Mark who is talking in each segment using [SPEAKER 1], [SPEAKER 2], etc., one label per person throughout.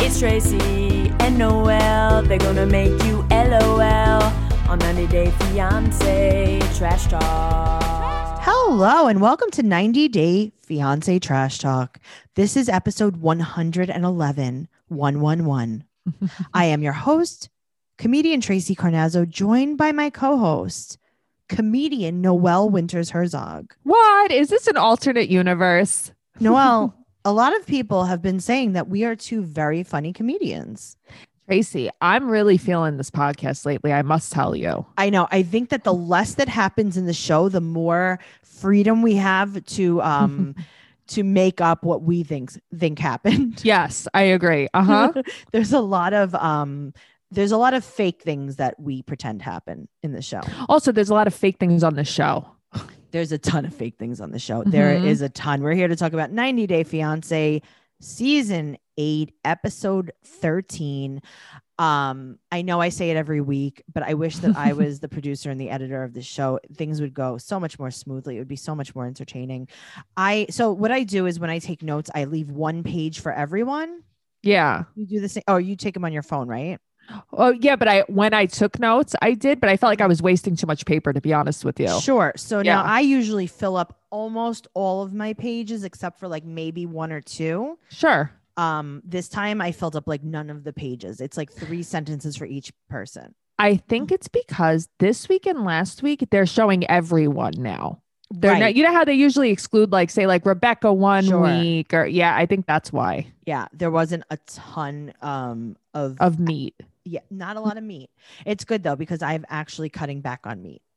[SPEAKER 1] It's Tracy and Noel. They're gonna make you LOL on 90 Day Fiance Trash Talk.
[SPEAKER 2] Hello and welcome to 90 Day Fiance Trash Talk. This is episode 111, 111. I am your host, comedian Tracy Carnazzo, joined by my co-host, comedian Noelle Winters Herzog.
[SPEAKER 3] What? Is this an alternate universe?
[SPEAKER 2] Noelle, a lot of people have been saying that we are two very funny comedians.
[SPEAKER 3] Tracy, I'm really feeling this podcast lately. I must tell you.
[SPEAKER 2] I know. I think that the less that happens in the show, the more freedom we have to um to make up what we think think happened.
[SPEAKER 3] Yes, I agree. Uh huh.
[SPEAKER 1] Mm-hmm.
[SPEAKER 2] there's a lot of um there's a lot of fake things that we pretend happen in the show.
[SPEAKER 3] also, there's a lot of fake things on the show.
[SPEAKER 2] There's a ton of fake things on the show. There
[SPEAKER 3] Mhm.
[SPEAKER 2] is a ton. We're here to talk about 90 Day Fiance season 8 episode 13. Um I know I say it every week, but I wish that I was the producer and the editor of the show. Things would go so much more smoothly. It would be so much more entertaining. I so what I do is when I take notes, I leave one page for everyone.
[SPEAKER 3] Yeah.
[SPEAKER 2] You do the same. Oh, you take them on your phone, right?
[SPEAKER 3] Oh, yeah. But I, when I took notes, I did, but I felt like I was wasting too much paper, to be honest with you.
[SPEAKER 2] Sure. So
[SPEAKER 3] Yeah.
[SPEAKER 2] now I usually fill up almost all of my pages except for like maybe one or two.
[SPEAKER 3] Sure.
[SPEAKER 2] Um, this time I filled up like none of the pages. It's like three sentences for each person.
[SPEAKER 3] I think it's because this week and last week, they're showing everyone now. They're not, you know how they usually exclude, like, say, like Rebecca one
[SPEAKER 2] Sure.
[SPEAKER 3] week, or yeah, I think that's why
[SPEAKER 2] yeah. There wasn't a ton um of,
[SPEAKER 3] of meat.
[SPEAKER 2] yeah, not a lot of meat. It's good though because I'm actually cutting back on meat.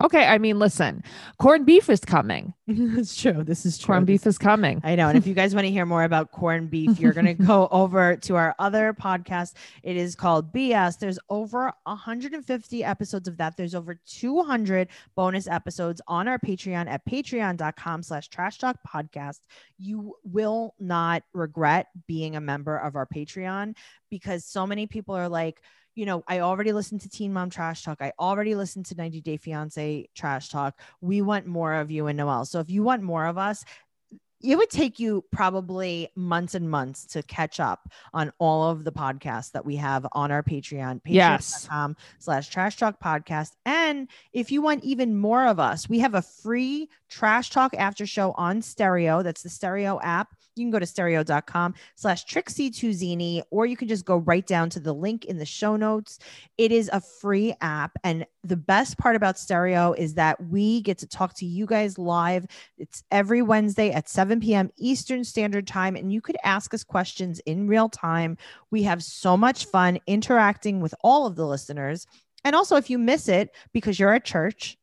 [SPEAKER 3] Okay. I mean, listen, corned beef is coming.
[SPEAKER 2] it's true. This is
[SPEAKER 3] Corned beef is coming.
[SPEAKER 2] I know. And if you guys want to hear more about corned beef, you're going to go over to our other podcast. It is called BS. There's over 150 episodes of that. There's over 200 bonus episodes on our Patreon at patreon.com slash trash talk podcast. You will not regret being a member of our Patreon because so many people are like, you know, I already listened to Teen Mom Trash Talk. I already listened to 90 Day Fiance Trash Talk. We want more of you and Noel. So if you want more of us, it would take you probably months and months to catch up on all of the podcasts that we have on our Patreon,
[SPEAKER 3] Yes.
[SPEAKER 2] patreon.com slash trash talk podcast. And if you want even more of us, we have a free trash talk after show on stereo. That's the stereo app. You can go to stereo.com slash Trixie Tuzini, or you can just go right down to the link in the show notes. It is a free app. And the best part about stereo is that we get to talk to you guys live it's every Wednesday at 7 p.m. Eastern Standard Time, and you could ask us questions in real time. We have so much fun interacting with all of the listeners. And also, if you miss it because you're at church,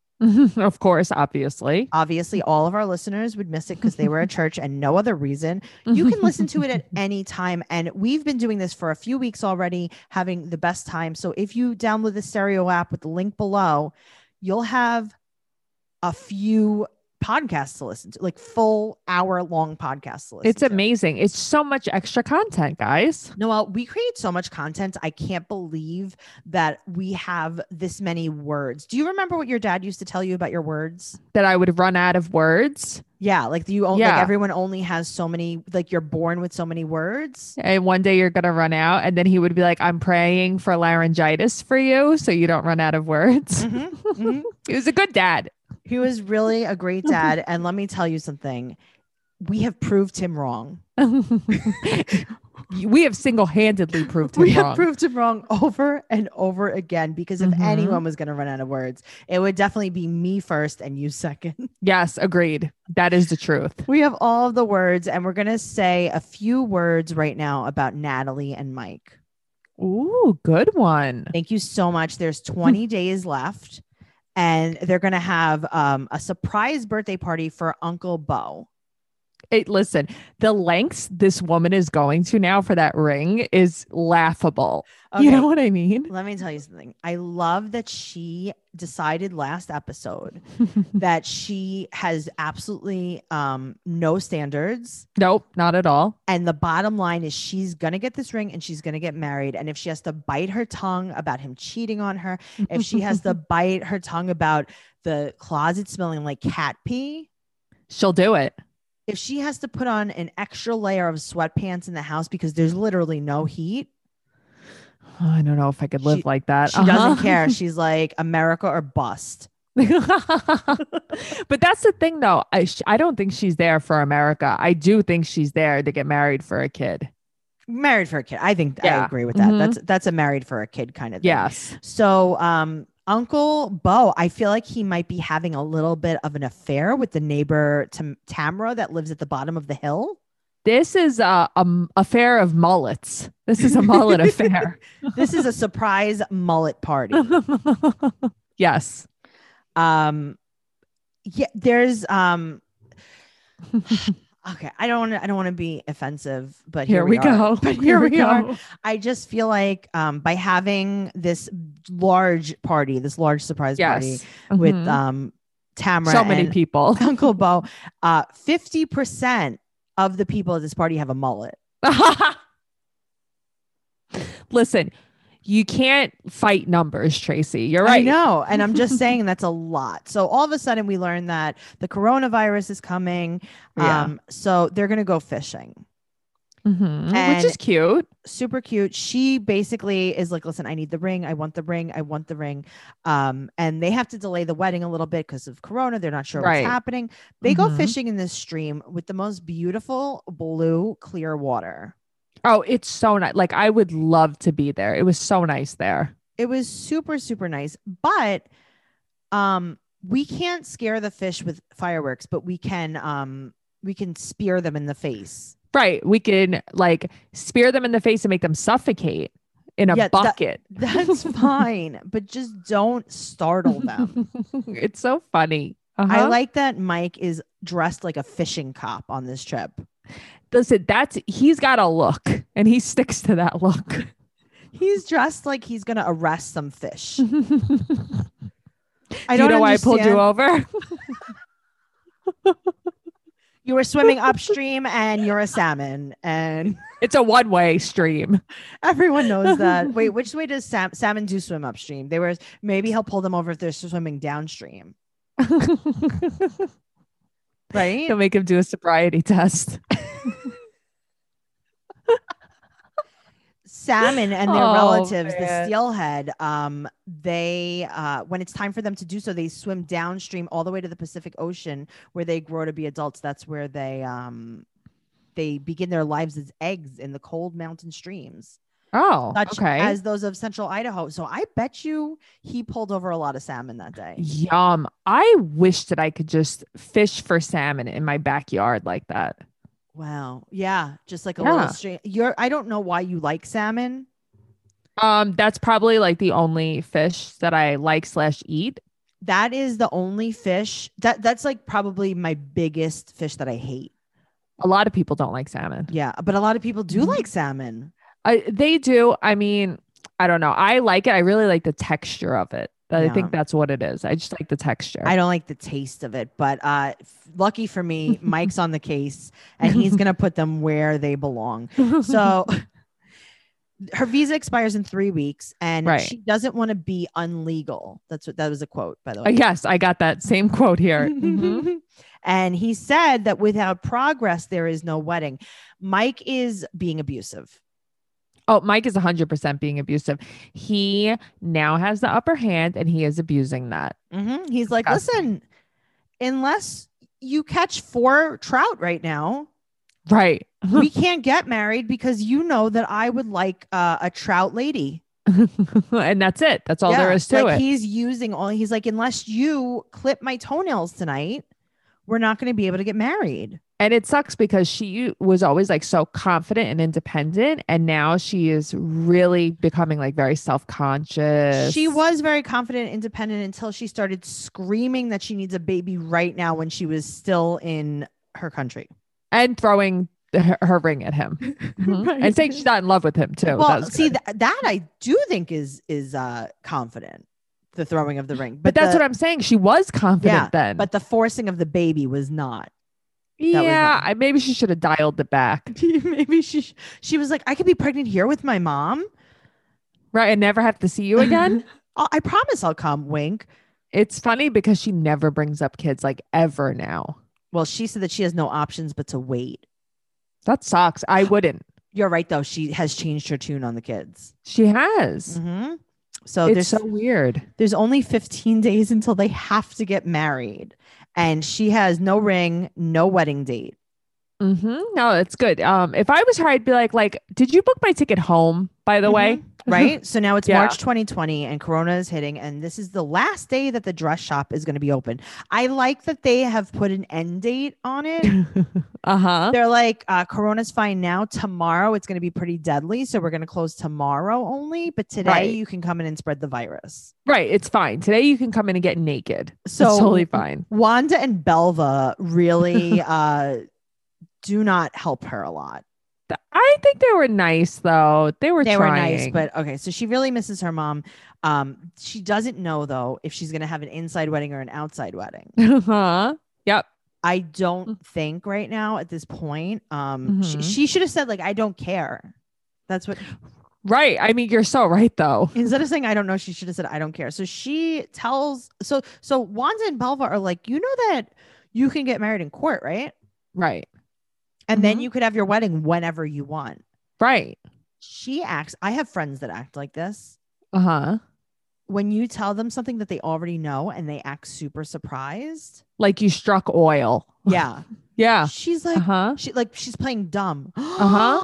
[SPEAKER 3] of course, obviously.
[SPEAKER 2] obviously all of our listeners would miss it because they were at church and no other reason. You can listen to it at any time. And we've been doing this for a few weeks already, having the best time. So if you download the stereo app with the link below, you'll have a few podcasts to listen to, like full hour long podcasts to listen
[SPEAKER 3] It's
[SPEAKER 2] to.
[SPEAKER 3] amazing. It's so much extra content, guys.
[SPEAKER 2] Noel, we create so much content. I can't believe that we have this many words. Do you remember what your dad used to tell you about your words?
[SPEAKER 3] That I would run out of words.
[SPEAKER 2] Yeah, like you only
[SPEAKER 3] Yeah.
[SPEAKER 2] like everyone only has so many like you're born with so many words.
[SPEAKER 3] And one day you're going to run out. And then he would be like, I'm praying for laryngitis for you so you don't run out of words.
[SPEAKER 2] Mhm, mhm.
[SPEAKER 3] He was a good dad.
[SPEAKER 2] He was really a great dad and let me tell you something. We have proved him wrong.
[SPEAKER 3] we have single handedly proved him
[SPEAKER 2] we have
[SPEAKER 3] wrong.
[SPEAKER 2] proved him wrong Mm-hmm. over and over again because if
[SPEAKER 3] Mhm.
[SPEAKER 2] anyone was going to run out of words, it would definitely be me first and you second.
[SPEAKER 3] yes, agreed. That is the truth.
[SPEAKER 2] We have all of the words and we're going to say a few words right now about Natalie and Mike.
[SPEAKER 3] Ooh, good one.
[SPEAKER 2] Thank you so much. There's 20 days left, and they're going to have um, a surprise birthday party for Uncle Bo.
[SPEAKER 3] It, listen, the lengths this woman is going to now for that ring is laughable. You know
[SPEAKER 2] Okay,
[SPEAKER 3] what I mean?
[SPEAKER 2] let me tell you something. I love that she decided last episode that she has absolutely um, no standards.
[SPEAKER 3] nope, not at all.
[SPEAKER 2] And the bottom line is she's going to get this ring and she's going to get married. And if she has to bite her tongue about him cheating on her, if she has to bite her tongue about the closet smelling like cat pee,
[SPEAKER 3] she'll do it.
[SPEAKER 2] if she has to put on an extra layer of sweatpants in the house because there's literally no heat,
[SPEAKER 3] I don't know if I could live
[SPEAKER 2] She-
[SPEAKER 3] like that. Uh-huh.
[SPEAKER 2] she doesn't care. She's like America or bust.
[SPEAKER 3] but that's the thing, though. I sh- I don't think she's there for America. I do think she's there to get married for a kid.
[SPEAKER 2] Married for a kid. I think I
[SPEAKER 3] Yeah.
[SPEAKER 2] agree with that.
[SPEAKER 3] Mhm.
[SPEAKER 2] That's that's a married for a kid kind of thing.
[SPEAKER 3] Yes.
[SPEAKER 2] So, um, Uncle Bo, I feel like he might be having a little bit of an affair with the neighbor Tam- Tamra that lives at the bottom of the hill.
[SPEAKER 3] This is a, a m- affair of mullets. This is a mullet affair.
[SPEAKER 2] This is a surprise mullet party.
[SPEAKER 3] yes.
[SPEAKER 2] Um, yeah, there's um. Okay, I don't. wanna- I don't want to be offensive, but
[SPEAKER 3] Here,
[SPEAKER 2] here,
[SPEAKER 3] we,
[SPEAKER 2] are.
[SPEAKER 3] go.
[SPEAKER 2] But here we are. I just feel like um, by having this large party, this large surprise party
[SPEAKER 3] Yes.
[SPEAKER 2] with
[SPEAKER 3] Mhm.
[SPEAKER 2] um, Tamara,
[SPEAKER 3] so many
[SPEAKER 2] and
[SPEAKER 3] people.
[SPEAKER 2] Uncle Bo, uh, fifty percent of the people at this party have a mullet.
[SPEAKER 3] Listen, you can't fight numbers, Tracy. You're
[SPEAKER 2] I
[SPEAKER 3] right.
[SPEAKER 2] know, and I'm just saying that's a lot. So all of a sudden, we learn that the coronavirus is coming.
[SPEAKER 3] Yeah.
[SPEAKER 2] Um, so they're gonna go fishing.
[SPEAKER 3] Mhm, Which is
[SPEAKER 2] And-
[SPEAKER 3] cute.
[SPEAKER 2] super cute. She basically is like, listen, I need the ring. I want the ring. I want the ring. Um, and they have to delay the wedding a little bit because of Corona. They're not sure
[SPEAKER 3] Right.
[SPEAKER 2] what's happening. They go
[SPEAKER 3] Mhm.
[SPEAKER 2] fishing in this stream with the most beautiful blue, clear water.
[SPEAKER 3] Oh, it's so nice. Like I would love to be there. It was so nice there.
[SPEAKER 2] It was super, super nice. But um, we can't scare the fish with fireworks, but we can um we can spear them in the face.
[SPEAKER 3] Right. We can like spear them in the face and make them suffocate in a
[SPEAKER 2] Yeah, that-
[SPEAKER 3] bucket.
[SPEAKER 2] That's fine, but just don't startle them.
[SPEAKER 3] it's so funny.
[SPEAKER 2] I
[SPEAKER 3] Uh-huh.
[SPEAKER 2] like that Mike is dressed like a fishing cop on this trip.
[SPEAKER 3] Listen, that's he's got a look and he sticks to that look.
[SPEAKER 2] He's dressed like he's gonna arrest some fish. I
[SPEAKER 3] Do you
[SPEAKER 2] don't
[SPEAKER 3] know why I pulled
[SPEAKER 2] understand.
[SPEAKER 3] you over?
[SPEAKER 2] You were swimming upstream and you're a salmon, and
[SPEAKER 3] It's a one-way stream.
[SPEAKER 2] everyone knows that. Wait, which way does sam- salmon do swim upstream? They were maybe he'll pull them over if they're swimming downstream, right?
[SPEAKER 3] He'll make him do a sobriety test.
[SPEAKER 2] salmon and their
[SPEAKER 3] Oh,
[SPEAKER 2] relatives, the
[SPEAKER 3] man.
[SPEAKER 2] steelhead, um, they uh, when it's time for them to do so, they swim downstream all the way to the Pacific Ocean where they grow to be adults. That's where they um, they begin their lives as eggs in the cold mountain streams,
[SPEAKER 3] Oh,
[SPEAKER 2] such
[SPEAKER 3] okay.
[SPEAKER 2] as those of Central Idaho. So I bet you he pulled over a lot of salmon that day.
[SPEAKER 3] Yum. I wish that I could just fish for salmon in my backyard like that.
[SPEAKER 2] Wow, yeah, just like a
[SPEAKER 3] Yeah.
[SPEAKER 2] little stream. You're I don't know why you like salmon.
[SPEAKER 3] Um, that's probably like the only fish that I like slash eat.
[SPEAKER 2] That is the only fish that that's like probably my biggest fish that I hate.
[SPEAKER 3] A lot of people don't like salmon.
[SPEAKER 2] Yeah, but a lot of people do
[SPEAKER 3] Mhm.
[SPEAKER 2] like salmon.
[SPEAKER 3] I, they do. I mean, I don't know. I like it. I really like the texture of it. I
[SPEAKER 2] Yeah.
[SPEAKER 3] think that's what it is. I just like the texture.
[SPEAKER 2] I don't like the taste of it, but uh, f- lucky for me, Mike's on the case and he's going to put them where they belong. So her visa expires in three weeks and
[SPEAKER 3] Right.
[SPEAKER 2] she doesn't want to be unlegal. That's what that was a quote, by the way.
[SPEAKER 3] Uh, yes, I got that same quote here.
[SPEAKER 2] Mm-hmm.
[SPEAKER 3] Mhm.
[SPEAKER 2] and he said that without progress, there is no wedding. Mike is being abusive.
[SPEAKER 3] Oh, Mike is 100% being abusive. He now has the upper hand and he is abusing that.
[SPEAKER 2] Mhm. He's like,
[SPEAKER 3] Disgusting.
[SPEAKER 2] listen, unless you catch four trout right now,
[SPEAKER 3] Right.
[SPEAKER 2] we can't get married because you know that I would like uh, a trout lady.
[SPEAKER 3] and that's it. That's all there
[SPEAKER 2] Yeah,
[SPEAKER 3] is to
[SPEAKER 2] like
[SPEAKER 3] it.
[SPEAKER 2] He's using all. He's like, unless you clip my toenails tonight, we're not going to be able to get married.
[SPEAKER 3] and it sucks because she was always like so confident and independent. And now she is really becoming like very self conscious.
[SPEAKER 2] She was very confident, and independent until she started screaming that she needs a baby right now when she was still in her country.
[SPEAKER 3] Oh, and throwing her, her ring at him Mhm.
[SPEAKER 2] Right.
[SPEAKER 3] and saying she's not in love with him too. That
[SPEAKER 2] well,
[SPEAKER 3] was
[SPEAKER 2] see
[SPEAKER 3] good.
[SPEAKER 2] th- that I do think is is uh confident, the throwing of the ring,
[SPEAKER 3] but, that's
[SPEAKER 2] the,
[SPEAKER 3] what I'm saying. She was confident
[SPEAKER 2] Yeah,
[SPEAKER 3] then.
[SPEAKER 2] But the forcing of the baby was not. was
[SPEAKER 3] yeah,
[SPEAKER 2] wrong.
[SPEAKER 3] I, maybe she should have dialed it back.
[SPEAKER 2] maybe she sh- she was like i could be pregnant here with my mom
[SPEAKER 3] Right. And never have to see you again.
[SPEAKER 2] I-, I promise i'll come wink
[SPEAKER 3] it's funny because she never brings up kids like ever now.
[SPEAKER 2] Well, she said that she has no options but to wait.
[SPEAKER 3] That sucks. I wouldn't.
[SPEAKER 2] You're right, though. She has changed her tune on the kids.
[SPEAKER 3] She has.
[SPEAKER 2] Mm-hmm. So
[SPEAKER 3] it's
[SPEAKER 2] there's
[SPEAKER 3] so weird.
[SPEAKER 2] there's only 15 days until they have to get married, and she has no ring, no wedding date.
[SPEAKER 3] hmm No, it's good. Um, if I was her, I'd be like, like, did you book my ticket home? By the way,
[SPEAKER 2] Mm-hmm. right? So now it's
[SPEAKER 3] Yeah.
[SPEAKER 2] March 2020 and Corona is hitting, and this is the last day that the dress shop is going to be open. I like that they have put an end date on it.
[SPEAKER 3] uh huh.
[SPEAKER 2] They're like, uh, Corona's fine now. Tomorrow it's going to be pretty deadly. So we're going to close tomorrow only, but today
[SPEAKER 3] Right.
[SPEAKER 2] you can come in and spread the virus.
[SPEAKER 3] Right. It's fine. Today you can come in and get naked. So
[SPEAKER 2] So-
[SPEAKER 3] it's totally fine.
[SPEAKER 2] Wanda and Belva really uh, do not help her a lot.
[SPEAKER 3] Th- I think they were nice though. They were
[SPEAKER 2] they
[SPEAKER 3] trying.
[SPEAKER 2] were nice but okay so she really misses her mom um she doesn't know though if she's going to have an inside wedding or an outside wedding
[SPEAKER 3] uh-huh. Yep.
[SPEAKER 2] i don't think right now at this point um she,
[SPEAKER 3] Mhm.
[SPEAKER 2] she should have said like i don't care that's what
[SPEAKER 3] Right. I mean, you're so right though.
[SPEAKER 2] instead of saying i don't know she should have said i don't care so she tells so so wanda and belva are like you know that you can get married in court right
[SPEAKER 3] Right.
[SPEAKER 2] and then
[SPEAKER 3] Mhm.
[SPEAKER 2] you could have your wedding whenever you want
[SPEAKER 3] Right.
[SPEAKER 2] she acts i have friends that act like this
[SPEAKER 3] Uh huh.
[SPEAKER 2] when you tell them something that they already know and they act super surprised.
[SPEAKER 3] Like you struck oil.
[SPEAKER 2] Yeah.
[SPEAKER 3] Yeah.
[SPEAKER 2] she's like
[SPEAKER 3] Uh huh.
[SPEAKER 2] she like she's playing dumb.
[SPEAKER 3] Uh-huh.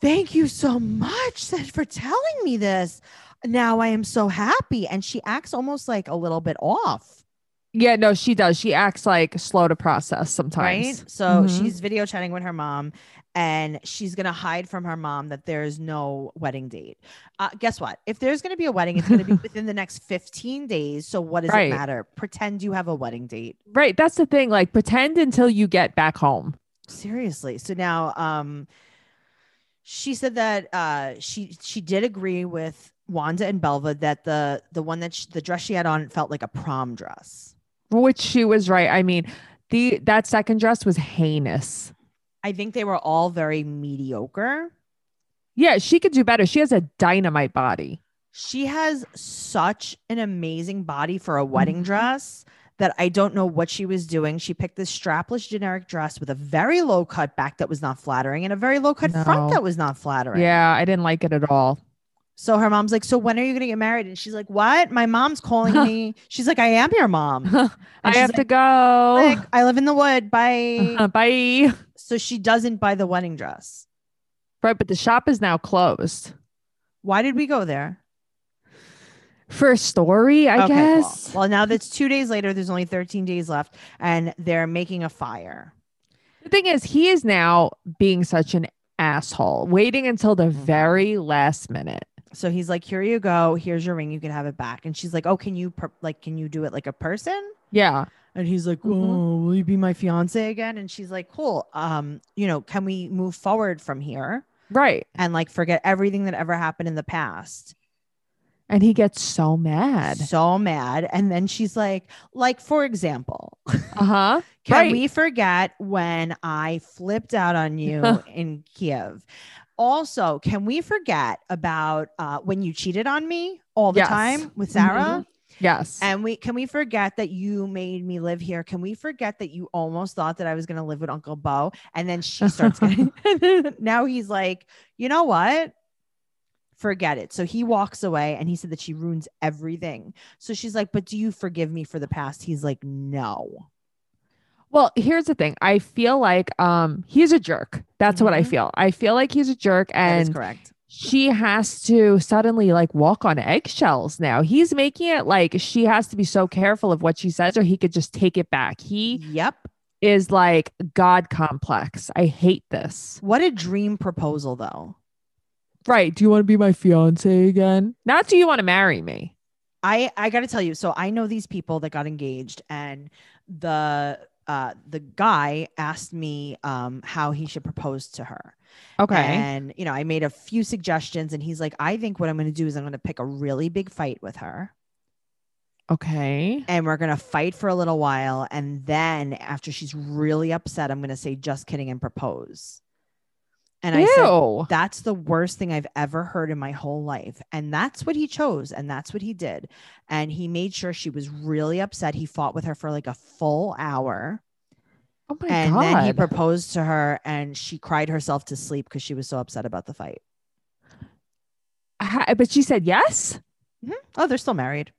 [SPEAKER 2] Thank you so much Sid, for telling me this. Now I am so happy. And she acts almost like a little bit off.
[SPEAKER 3] Yeah. No, she does. She acts like slow to process sometimes.
[SPEAKER 2] Right. So
[SPEAKER 3] Mhm.
[SPEAKER 2] she's video chatting with her mom and she's going to hide from her mom that there's no wedding date. Uh, guess what? If there's going to be a wedding, it's going to be within the next 15 days. So what does
[SPEAKER 3] Right.
[SPEAKER 2] it matter? Pretend you have a wedding date.
[SPEAKER 3] Right. That's the thing. Like pretend until you get back home.
[SPEAKER 2] Seriously. So now um she said that uh she she did agree with Wanda and Belva that the the one that she, the dress she had on felt like a prom dress.
[SPEAKER 3] Which she was right. I mean, the that second dress was heinous.
[SPEAKER 2] I think they were all very mediocre.
[SPEAKER 3] Yeah, she could do better. She has a dynamite body.
[SPEAKER 2] She has such an amazing body for a wedding dress that I don't know what she was doing. She picked this strapless generic dress with a very low cut back that was not flattering and a very low cut
[SPEAKER 3] No.
[SPEAKER 2] front that was not flattering.
[SPEAKER 3] Yeah, I didn't like it at all.
[SPEAKER 2] So her mom's like, So when are you going to get married? And she's like, What? My mom's calling me. She's like, I am your mom.
[SPEAKER 3] I
[SPEAKER 2] And she's
[SPEAKER 3] have to
[SPEAKER 2] like,
[SPEAKER 3] go.
[SPEAKER 2] "Click, I live in the wood.
[SPEAKER 3] Uh-huh.
[SPEAKER 2] Bye.
[SPEAKER 3] Bye.
[SPEAKER 2] so she doesn't buy the wedding dress.
[SPEAKER 3] Right, but the shop is now closed.
[SPEAKER 2] Why did we go there?
[SPEAKER 3] For a story, I
[SPEAKER 2] Okay, cool.
[SPEAKER 3] guess.
[SPEAKER 2] Well, now that's two days later. There's only 13 days left, and they're making a fire.
[SPEAKER 3] The thing is, he is now being such an asshole, waiting until the
[SPEAKER 2] Mm-hmm.
[SPEAKER 3] very last minute.
[SPEAKER 2] So he's like, Here you go. Here's your ring. You can have it back. And she's like, Oh, can you per- like can you do it like a person?
[SPEAKER 3] Yeah.
[SPEAKER 2] And he's like,
[SPEAKER 3] Mhm.
[SPEAKER 2] Oh, will you be my fiance again? And she's like, Cool. Um, you know, can we move forward from here?
[SPEAKER 3] Right.
[SPEAKER 2] and like forget everything that ever happened in the past.
[SPEAKER 3] And he gets so mad.
[SPEAKER 2] So mad. And then she's like, like, for example,
[SPEAKER 3] Uh-huh.
[SPEAKER 2] can
[SPEAKER 3] Right.
[SPEAKER 2] we forget when I flipped out on you in Kiev? Also, can we forget about uh, when you cheated on me all the
[SPEAKER 3] Yes. Mm-hmm.
[SPEAKER 2] time with Sarah?
[SPEAKER 3] Yes.
[SPEAKER 2] And we can we forget that you made me live here? Can we forget that you almost thought that I was going to live with Uncle Bo? And then she starts getting. now he's like, you know what? Forget it. So he walks away, and he said that she ruins everything. So she's like, but do you forgive me for the past? He's like, no.
[SPEAKER 3] Well, here's the thing. I feel like um he's a jerk. That's what I
[SPEAKER 2] Mhm.
[SPEAKER 3] feel. I feel like he's a jerk
[SPEAKER 2] that is
[SPEAKER 3] and
[SPEAKER 2] correct.
[SPEAKER 3] she has to suddenly like walk on eggshells now. He's making it like she has to be so careful of what she says or he could just take it back. He
[SPEAKER 2] Yep.
[SPEAKER 3] is like god complex. I hate this.
[SPEAKER 2] What a dream proposal, though.
[SPEAKER 3] Right. Do you want to be my fiance again? Not do you want to marry me?
[SPEAKER 2] I I got to tell you, so I know these people that got engaged, and the uh the guy asked me um how he should propose to her.
[SPEAKER 3] Okay.
[SPEAKER 2] And you know, I made a few suggestions, and he's like, I think what I'm going to do is I'm going to pick a really big fight with her,
[SPEAKER 3] okay.
[SPEAKER 2] and we're going to fight for a little while, and then after she's really upset, I'm going to say, just kidding, and propose. And I said,
[SPEAKER 3] Ew. Oh
[SPEAKER 2] that's the worst thing I've ever heard in my whole life. And that's what he chose. And that's what he did. And he made sure she was really upset. He fought with her for like a full hour.
[SPEAKER 3] Oh my
[SPEAKER 2] and
[SPEAKER 3] god.
[SPEAKER 2] then he proposed to her and she cried herself to sleep because she was so upset about the fight.
[SPEAKER 3] Ha- but she said yes.
[SPEAKER 2] Oh, they're still married.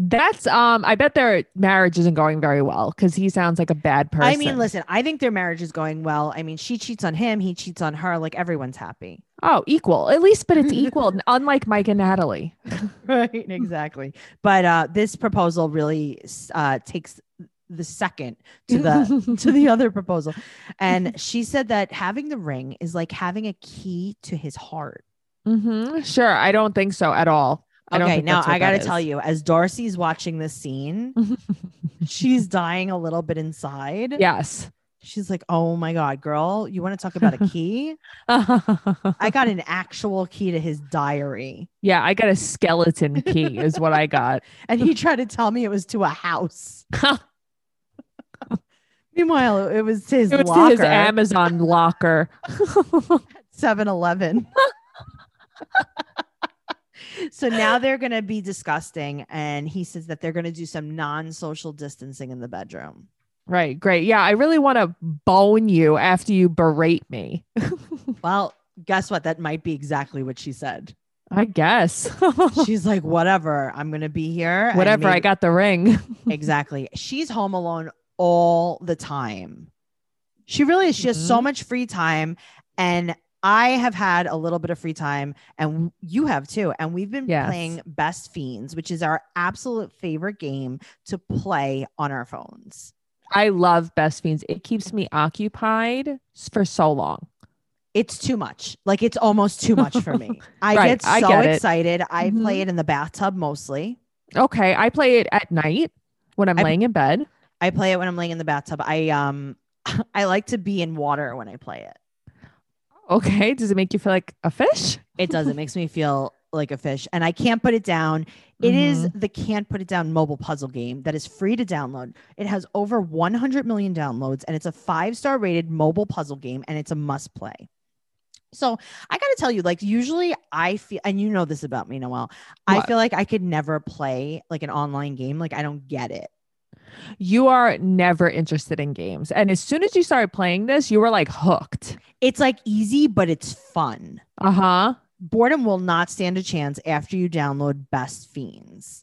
[SPEAKER 3] That's um I bet their marriage isn't going very well cuz he sounds like a bad person.
[SPEAKER 2] I mean, listen, I think their marriage is going well. I mean, she cheats on him, he cheats on her. Like everyone's happy.
[SPEAKER 3] Oh, equal. At least but it's equal unlike Mike and Natalie.
[SPEAKER 2] Right. Exactly. But uh, this proposal really uh, takes the second to the to the other proposal. And she said that having the ring is like having a key to his heart.
[SPEAKER 3] Mhm. Sure, I don't think so at all. I don't
[SPEAKER 2] Okay,
[SPEAKER 3] think
[SPEAKER 2] now
[SPEAKER 3] that's what
[SPEAKER 2] I got to
[SPEAKER 3] that
[SPEAKER 2] tell
[SPEAKER 3] is.
[SPEAKER 2] you, as Darcy's watching this scene, she's dying a little bit inside.
[SPEAKER 3] Yes.
[SPEAKER 2] She's like, oh my God, girl, you want to talk about a key? I got an actual key to his diary.
[SPEAKER 3] yeah, I got a skeleton key is what I got.
[SPEAKER 2] And he tried to tell me it was to a house. Meanwhile, it was to his
[SPEAKER 3] It was to
[SPEAKER 2] locker
[SPEAKER 3] his Amazon locker.
[SPEAKER 2] 7 Eleven. so now they're going to be disgusting. And he says that they're going to do some non social distancing in the bedroom.
[SPEAKER 3] Right, great. Yeah, I really want to bone you after you berate me.
[SPEAKER 2] Well, guess what? That might be exactly what she said.
[SPEAKER 3] I guess.
[SPEAKER 2] She's like, whatever, I'm going to be here. and
[SPEAKER 3] Whatever, I
[SPEAKER 2] maybe-
[SPEAKER 3] got the ring.
[SPEAKER 2] exactly. She's home alone all the time. She really is. She has so
[SPEAKER 3] Mhm.
[SPEAKER 2] much free time. And I have had a little bit of free time, and you have too. And we've been
[SPEAKER 3] Yes.
[SPEAKER 2] playing Best Fiends, which is our absolute favorite game to play on our phones.
[SPEAKER 3] I love Best Fiends. It keeps me occupied s- for so long.
[SPEAKER 2] It's too much. Like, it's almost too much for me. I
[SPEAKER 3] Right,
[SPEAKER 2] get so
[SPEAKER 3] I get it.
[SPEAKER 2] excited. I
[SPEAKER 3] Mhm.
[SPEAKER 2] play it in the bathtub mostly.
[SPEAKER 3] Okay, I play it at night when I'm
[SPEAKER 2] I-
[SPEAKER 3] laying in bed.
[SPEAKER 2] I play it when I'm laying in the bathtub. I, um, I like to be in water when I play it.
[SPEAKER 3] Okay, does it make you feel like a fish?
[SPEAKER 2] It does. It makes me feel like a fish, and I can't put it down. It is
[SPEAKER 3] Mhm.
[SPEAKER 2] the can't put it down mobile puzzle game that is free to download. It has over 100 million downloads, and it's a five star rated mobile puzzle game, and it's a must play. So I got to tell you, like usually I feel, and you know this about me, Noel. I
[SPEAKER 3] What?
[SPEAKER 2] feel like I could never play like an online game. Like I don't get it.
[SPEAKER 3] You are never interested in games. And as soon as you started playing this, you were like hooked.
[SPEAKER 2] It's like easy, but it's fun.
[SPEAKER 3] Uh huh.
[SPEAKER 2] boredom will not stand a chance after you download Best Fiends.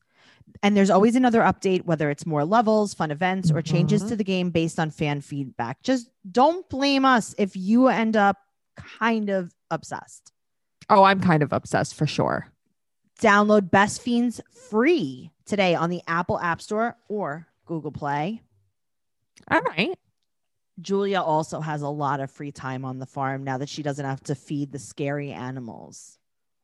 [SPEAKER 2] And there's always another update, whether it's more levels, fun events, or changes
[SPEAKER 3] Mhm.
[SPEAKER 2] to the game based on fan feedback. Just don't blame us if you end up kind of obsessed.
[SPEAKER 3] Oh, I'm kind of obsessed for sure.
[SPEAKER 2] Download Best Fiends free today on the Apple App Store or Google Play.
[SPEAKER 3] All right.
[SPEAKER 2] Julia also has a lot of free time on the farm now that she doesn't have to feed the scary animals.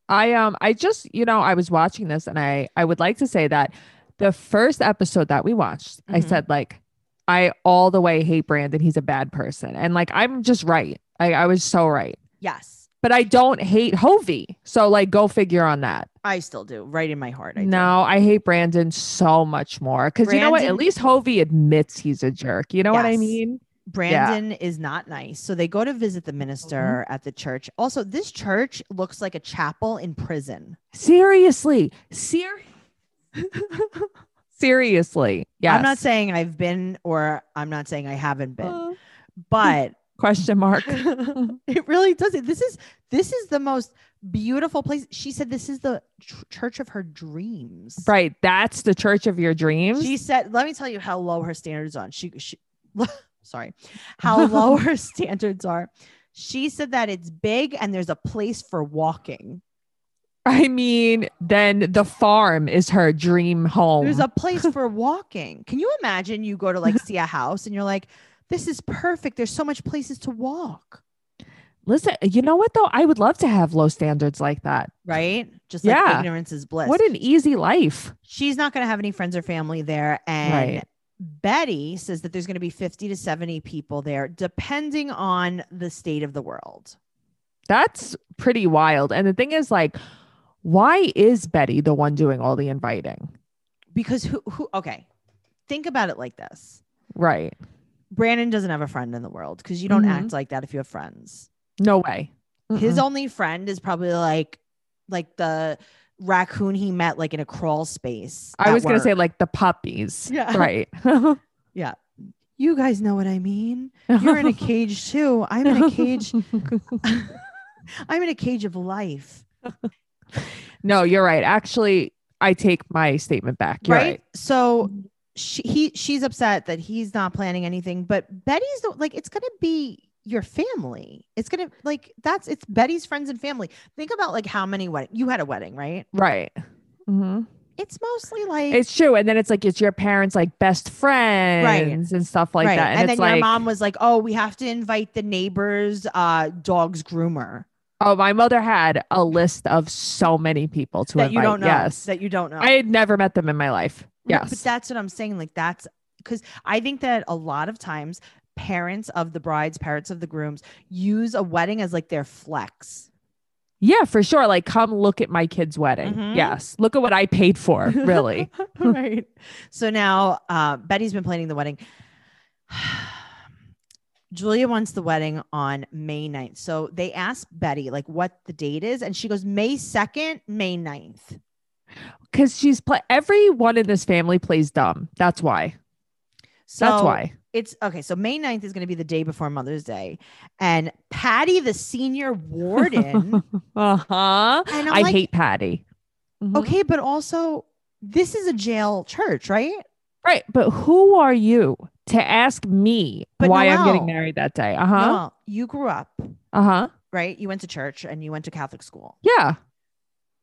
[SPEAKER 3] I um I just, you know, I was watching this and I I would like to say that the first episode that we watched, I
[SPEAKER 2] Mhm.
[SPEAKER 3] said like I all the way hate Brandon, he's a bad person. And like I'm just right. I, I was so right.
[SPEAKER 2] Yes,
[SPEAKER 3] But I don't hate Hovey. So like go figure on that.
[SPEAKER 2] I still do. Right in my heart. I do.
[SPEAKER 3] No, I hate Brandon so much more. Cause you know what? At
[SPEAKER 2] Brandon-
[SPEAKER 3] least Hovey admits he's a jerk. You know what I
[SPEAKER 2] Yes.
[SPEAKER 3] mean?
[SPEAKER 2] Brandon is not nice. So they go to visit the minister
[SPEAKER 3] Mm-hmm.
[SPEAKER 2] at the church. Also, this church looks like a chapel in prison.
[SPEAKER 3] Seriously. Ser- Seriously. Yes.
[SPEAKER 2] I'm not saying I've been or I'm not saying I haven't been,
[SPEAKER 3] Uh,
[SPEAKER 2] but
[SPEAKER 3] question mark.
[SPEAKER 2] it really does it. This is this is the most beautiful place. She said this is the tr- church of her dreams.
[SPEAKER 3] Right. That's the church of your dreams.
[SPEAKER 2] She said, let me tell you how low her standards are. She, she sorry, how low her standards are. She said that it's big and there's a place for walking.
[SPEAKER 3] I mean, then the farm is her dream home.
[SPEAKER 2] There's a place for walking. Can you imagine you go to like see a house and you're like, this is perfect. There's so much places to walk,
[SPEAKER 3] Listen, you know what though? I would love to have low standards like that.
[SPEAKER 2] right? Just like
[SPEAKER 3] Yeah.
[SPEAKER 2] ignorance is bliss.
[SPEAKER 3] What an easy life.
[SPEAKER 2] She's not going to have any friends or family there. And
[SPEAKER 3] Right.
[SPEAKER 2] Betty says that there's going to be 50 to 70 people there, depending on the state of the world.
[SPEAKER 3] That's pretty wild. And the thing is, like, why is Betty the one doing all the inviting?
[SPEAKER 2] Because who, who, okay, think about it like this
[SPEAKER 3] Right.
[SPEAKER 2] Brandon doesn't have a friend in the world because you don't
[SPEAKER 3] Mhm.
[SPEAKER 2] act like that if you have friends.
[SPEAKER 3] No way.
[SPEAKER 2] His
[SPEAKER 3] Mm-mm.
[SPEAKER 2] only friend is probably like like the raccoon he met like in a crawl space.
[SPEAKER 3] I
[SPEAKER 2] at
[SPEAKER 3] was gonna say
[SPEAKER 2] work.
[SPEAKER 3] like the puppies.
[SPEAKER 2] Yeah.
[SPEAKER 3] Right.
[SPEAKER 2] yeah. you guys know what I mean. You're in a cage too. I'm in a cage. I'm in a cage of life.
[SPEAKER 3] no, you're right. Actually, I take my statement back. You're
[SPEAKER 2] right?
[SPEAKER 3] right.
[SPEAKER 2] So she he she's upset that he's not planning anything, but Betty's the, like it's gonna be your family. It's gonna like that's it's Betty's friends and family. Think about like how many wedding you had a wedding, right?
[SPEAKER 3] Right.
[SPEAKER 2] Mm-hmm.
[SPEAKER 3] hmm
[SPEAKER 2] It's mostly like
[SPEAKER 3] It's true. And then it's like, it's your parents' like best friends and stuff like
[SPEAKER 2] right.
[SPEAKER 3] that.
[SPEAKER 2] And,
[SPEAKER 3] And,
[SPEAKER 2] then
[SPEAKER 3] it's like,
[SPEAKER 2] your mom was like, "Oh, we have to invite the neighbor's uh, dog's groomer
[SPEAKER 3] oh, my mother had a list of so many people to
[SPEAKER 2] that
[SPEAKER 3] invite.
[SPEAKER 2] you don't know
[SPEAKER 3] Yes.
[SPEAKER 2] that you don't know."
[SPEAKER 3] I had never met them in my life.
[SPEAKER 2] No,
[SPEAKER 3] Yes.
[SPEAKER 2] But that's what I'm saying. Like that's because I think that a lot of times parents of the brides, parents of the grooms use a wedding as like their flex.
[SPEAKER 3] Yeah, for sure. Like, come look at my kid's wedding.
[SPEAKER 2] Mhm.
[SPEAKER 3] Yes. Look at what I paid for. Really.
[SPEAKER 2] right. So now uh, Betty's been planning the wedding. Julia wants the wedding on May 9th. So they asked Betty like what the date is, and she goes, May 2nd, May 9th.
[SPEAKER 3] Cause she's play everyone in this family plays dumb. That's why.
[SPEAKER 2] So
[SPEAKER 3] That's why.
[SPEAKER 2] it's okay. So May 9th is going to be the day before Mother's Day. And Patty, the senior warden,
[SPEAKER 3] Uh-huh.
[SPEAKER 2] And I'm
[SPEAKER 3] I
[SPEAKER 2] like- Oh,
[SPEAKER 3] hate Patty. Mhm.
[SPEAKER 2] Okay, but also this is a jail church, right?
[SPEAKER 3] Right. But who are you to ask me
[SPEAKER 2] But
[SPEAKER 3] why I'm
[SPEAKER 2] Noelle-
[SPEAKER 3] getting married that day? Uh-huh.
[SPEAKER 2] Noel, you grew up,
[SPEAKER 3] Uh-huh.
[SPEAKER 2] right? You went to church and you went to Catholic school.
[SPEAKER 3] Yeah.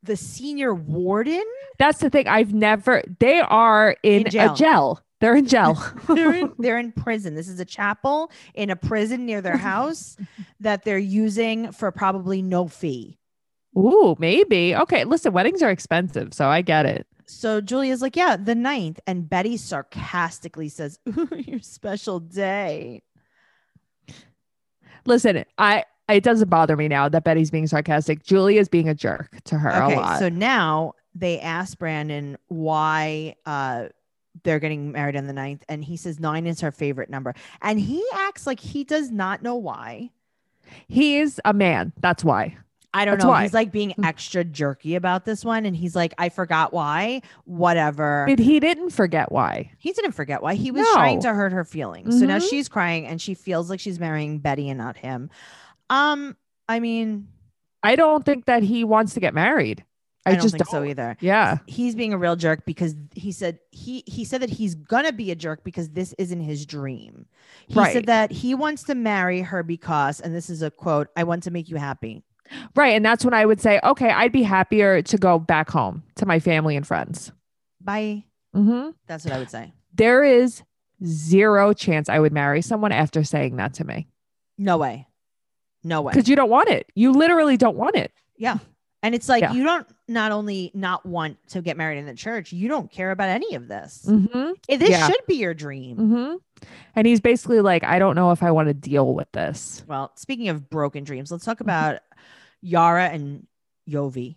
[SPEAKER 2] The senior warden,
[SPEAKER 3] That's the thing. I've never they are in,
[SPEAKER 2] In jail.
[SPEAKER 3] a gel. They're in jail.
[SPEAKER 2] they're in, they're in prison. This is a chapel in a prison near their house that they're using for probably no fee.
[SPEAKER 3] Ooh, maybe. Okay. Listen, weddings are expensive, so I get it.
[SPEAKER 2] So Julia's like, yeah, the ninth. And Betty sarcastically says, your special day.
[SPEAKER 3] Listen, I it doesn't bother me now that Betty's being sarcastic. Julia's being a jerk to her a
[SPEAKER 2] Okay,
[SPEAKER 3] lot.
[SPEAKER 2] so now they asked Brandon why uh, they're getting married on the 9th, and he says nine is her favorite number. And he acts like he does not know why.
[SPEAKER 3] he is a man. That's why.
[SPEAKER 2] I don't
[SPEAKER 3] That's
[SPEAKER 2] know.
[SPEAKER 3] why.
[SPEAKER 2] He's like being extra jerky about this one, and he's like, I forgot why, whatever.
[SPEAKER 3] But he didn't forget why.
[SPEAKER 2] he didn't forget why. He was trying
[SPEAKER 3] No.
[SPEAKER 2] to hurt her feelings. So now
[SPEAKER 3] Mhm.
[SPEAKER 2] she's crying and she feels like she's marrying Betty and not him. Um, I mean,
[SPEAKER 3] I don't think that he wants to get married.
[SPEAKER 2] I,
[SPEAKER 3] I,
[SPEAKER 2] don't
[SPEAKER 3] just
[SPEAKER 2] think
[SPEAKER 3] don't.
[SPEAKER 2] so either.
[SPEAKER 3] Yeah.
[SPEAKER 2] he's being a real jerk because he said he he said that he's gonna be a jerk because this isn't his dream. He said
[SPEAKER 3] Right.
[SPEAKER 2] that he wants to marry her because, and this is a quote, I want to make you happy.
[SPEAKER 3] Right. And that's when I would say, okay, I'd be happier to go back home to my family and friends.
[SPEAKER 2] Bye.
[SPEAKER 3] Mhm.
[SPEAKER 2] That's what I would say.
[SPEAKER 3] There is zero chance I would marry someone after saying that to me
[SPEAKER 2] No way. No way.
[SPEAKER 3] because you don't want it. You literally don't want it.
[SPEAKER 2] And it's like
[SPEAKER 3] Yeah.
[SPEAKER 2] you don't not only not want to get married in the church, you don't care about any of this.
[SPEAKER 3] Mm-hmm.
[SPEAKER 2] Eh, This
[SPEAKER 3] Yeah.
[SPEAKER 2] should be your dream.
[SPEAKER 3] Mm-hmm. And he's basically like, I don't know if I want to deal with this.
[SPEAKER 2] Well, speaking of broken dreams, let's
[SPEAKER 3] Mm-hmm.
[SPEAKER 2] talk about Yara and Yovi.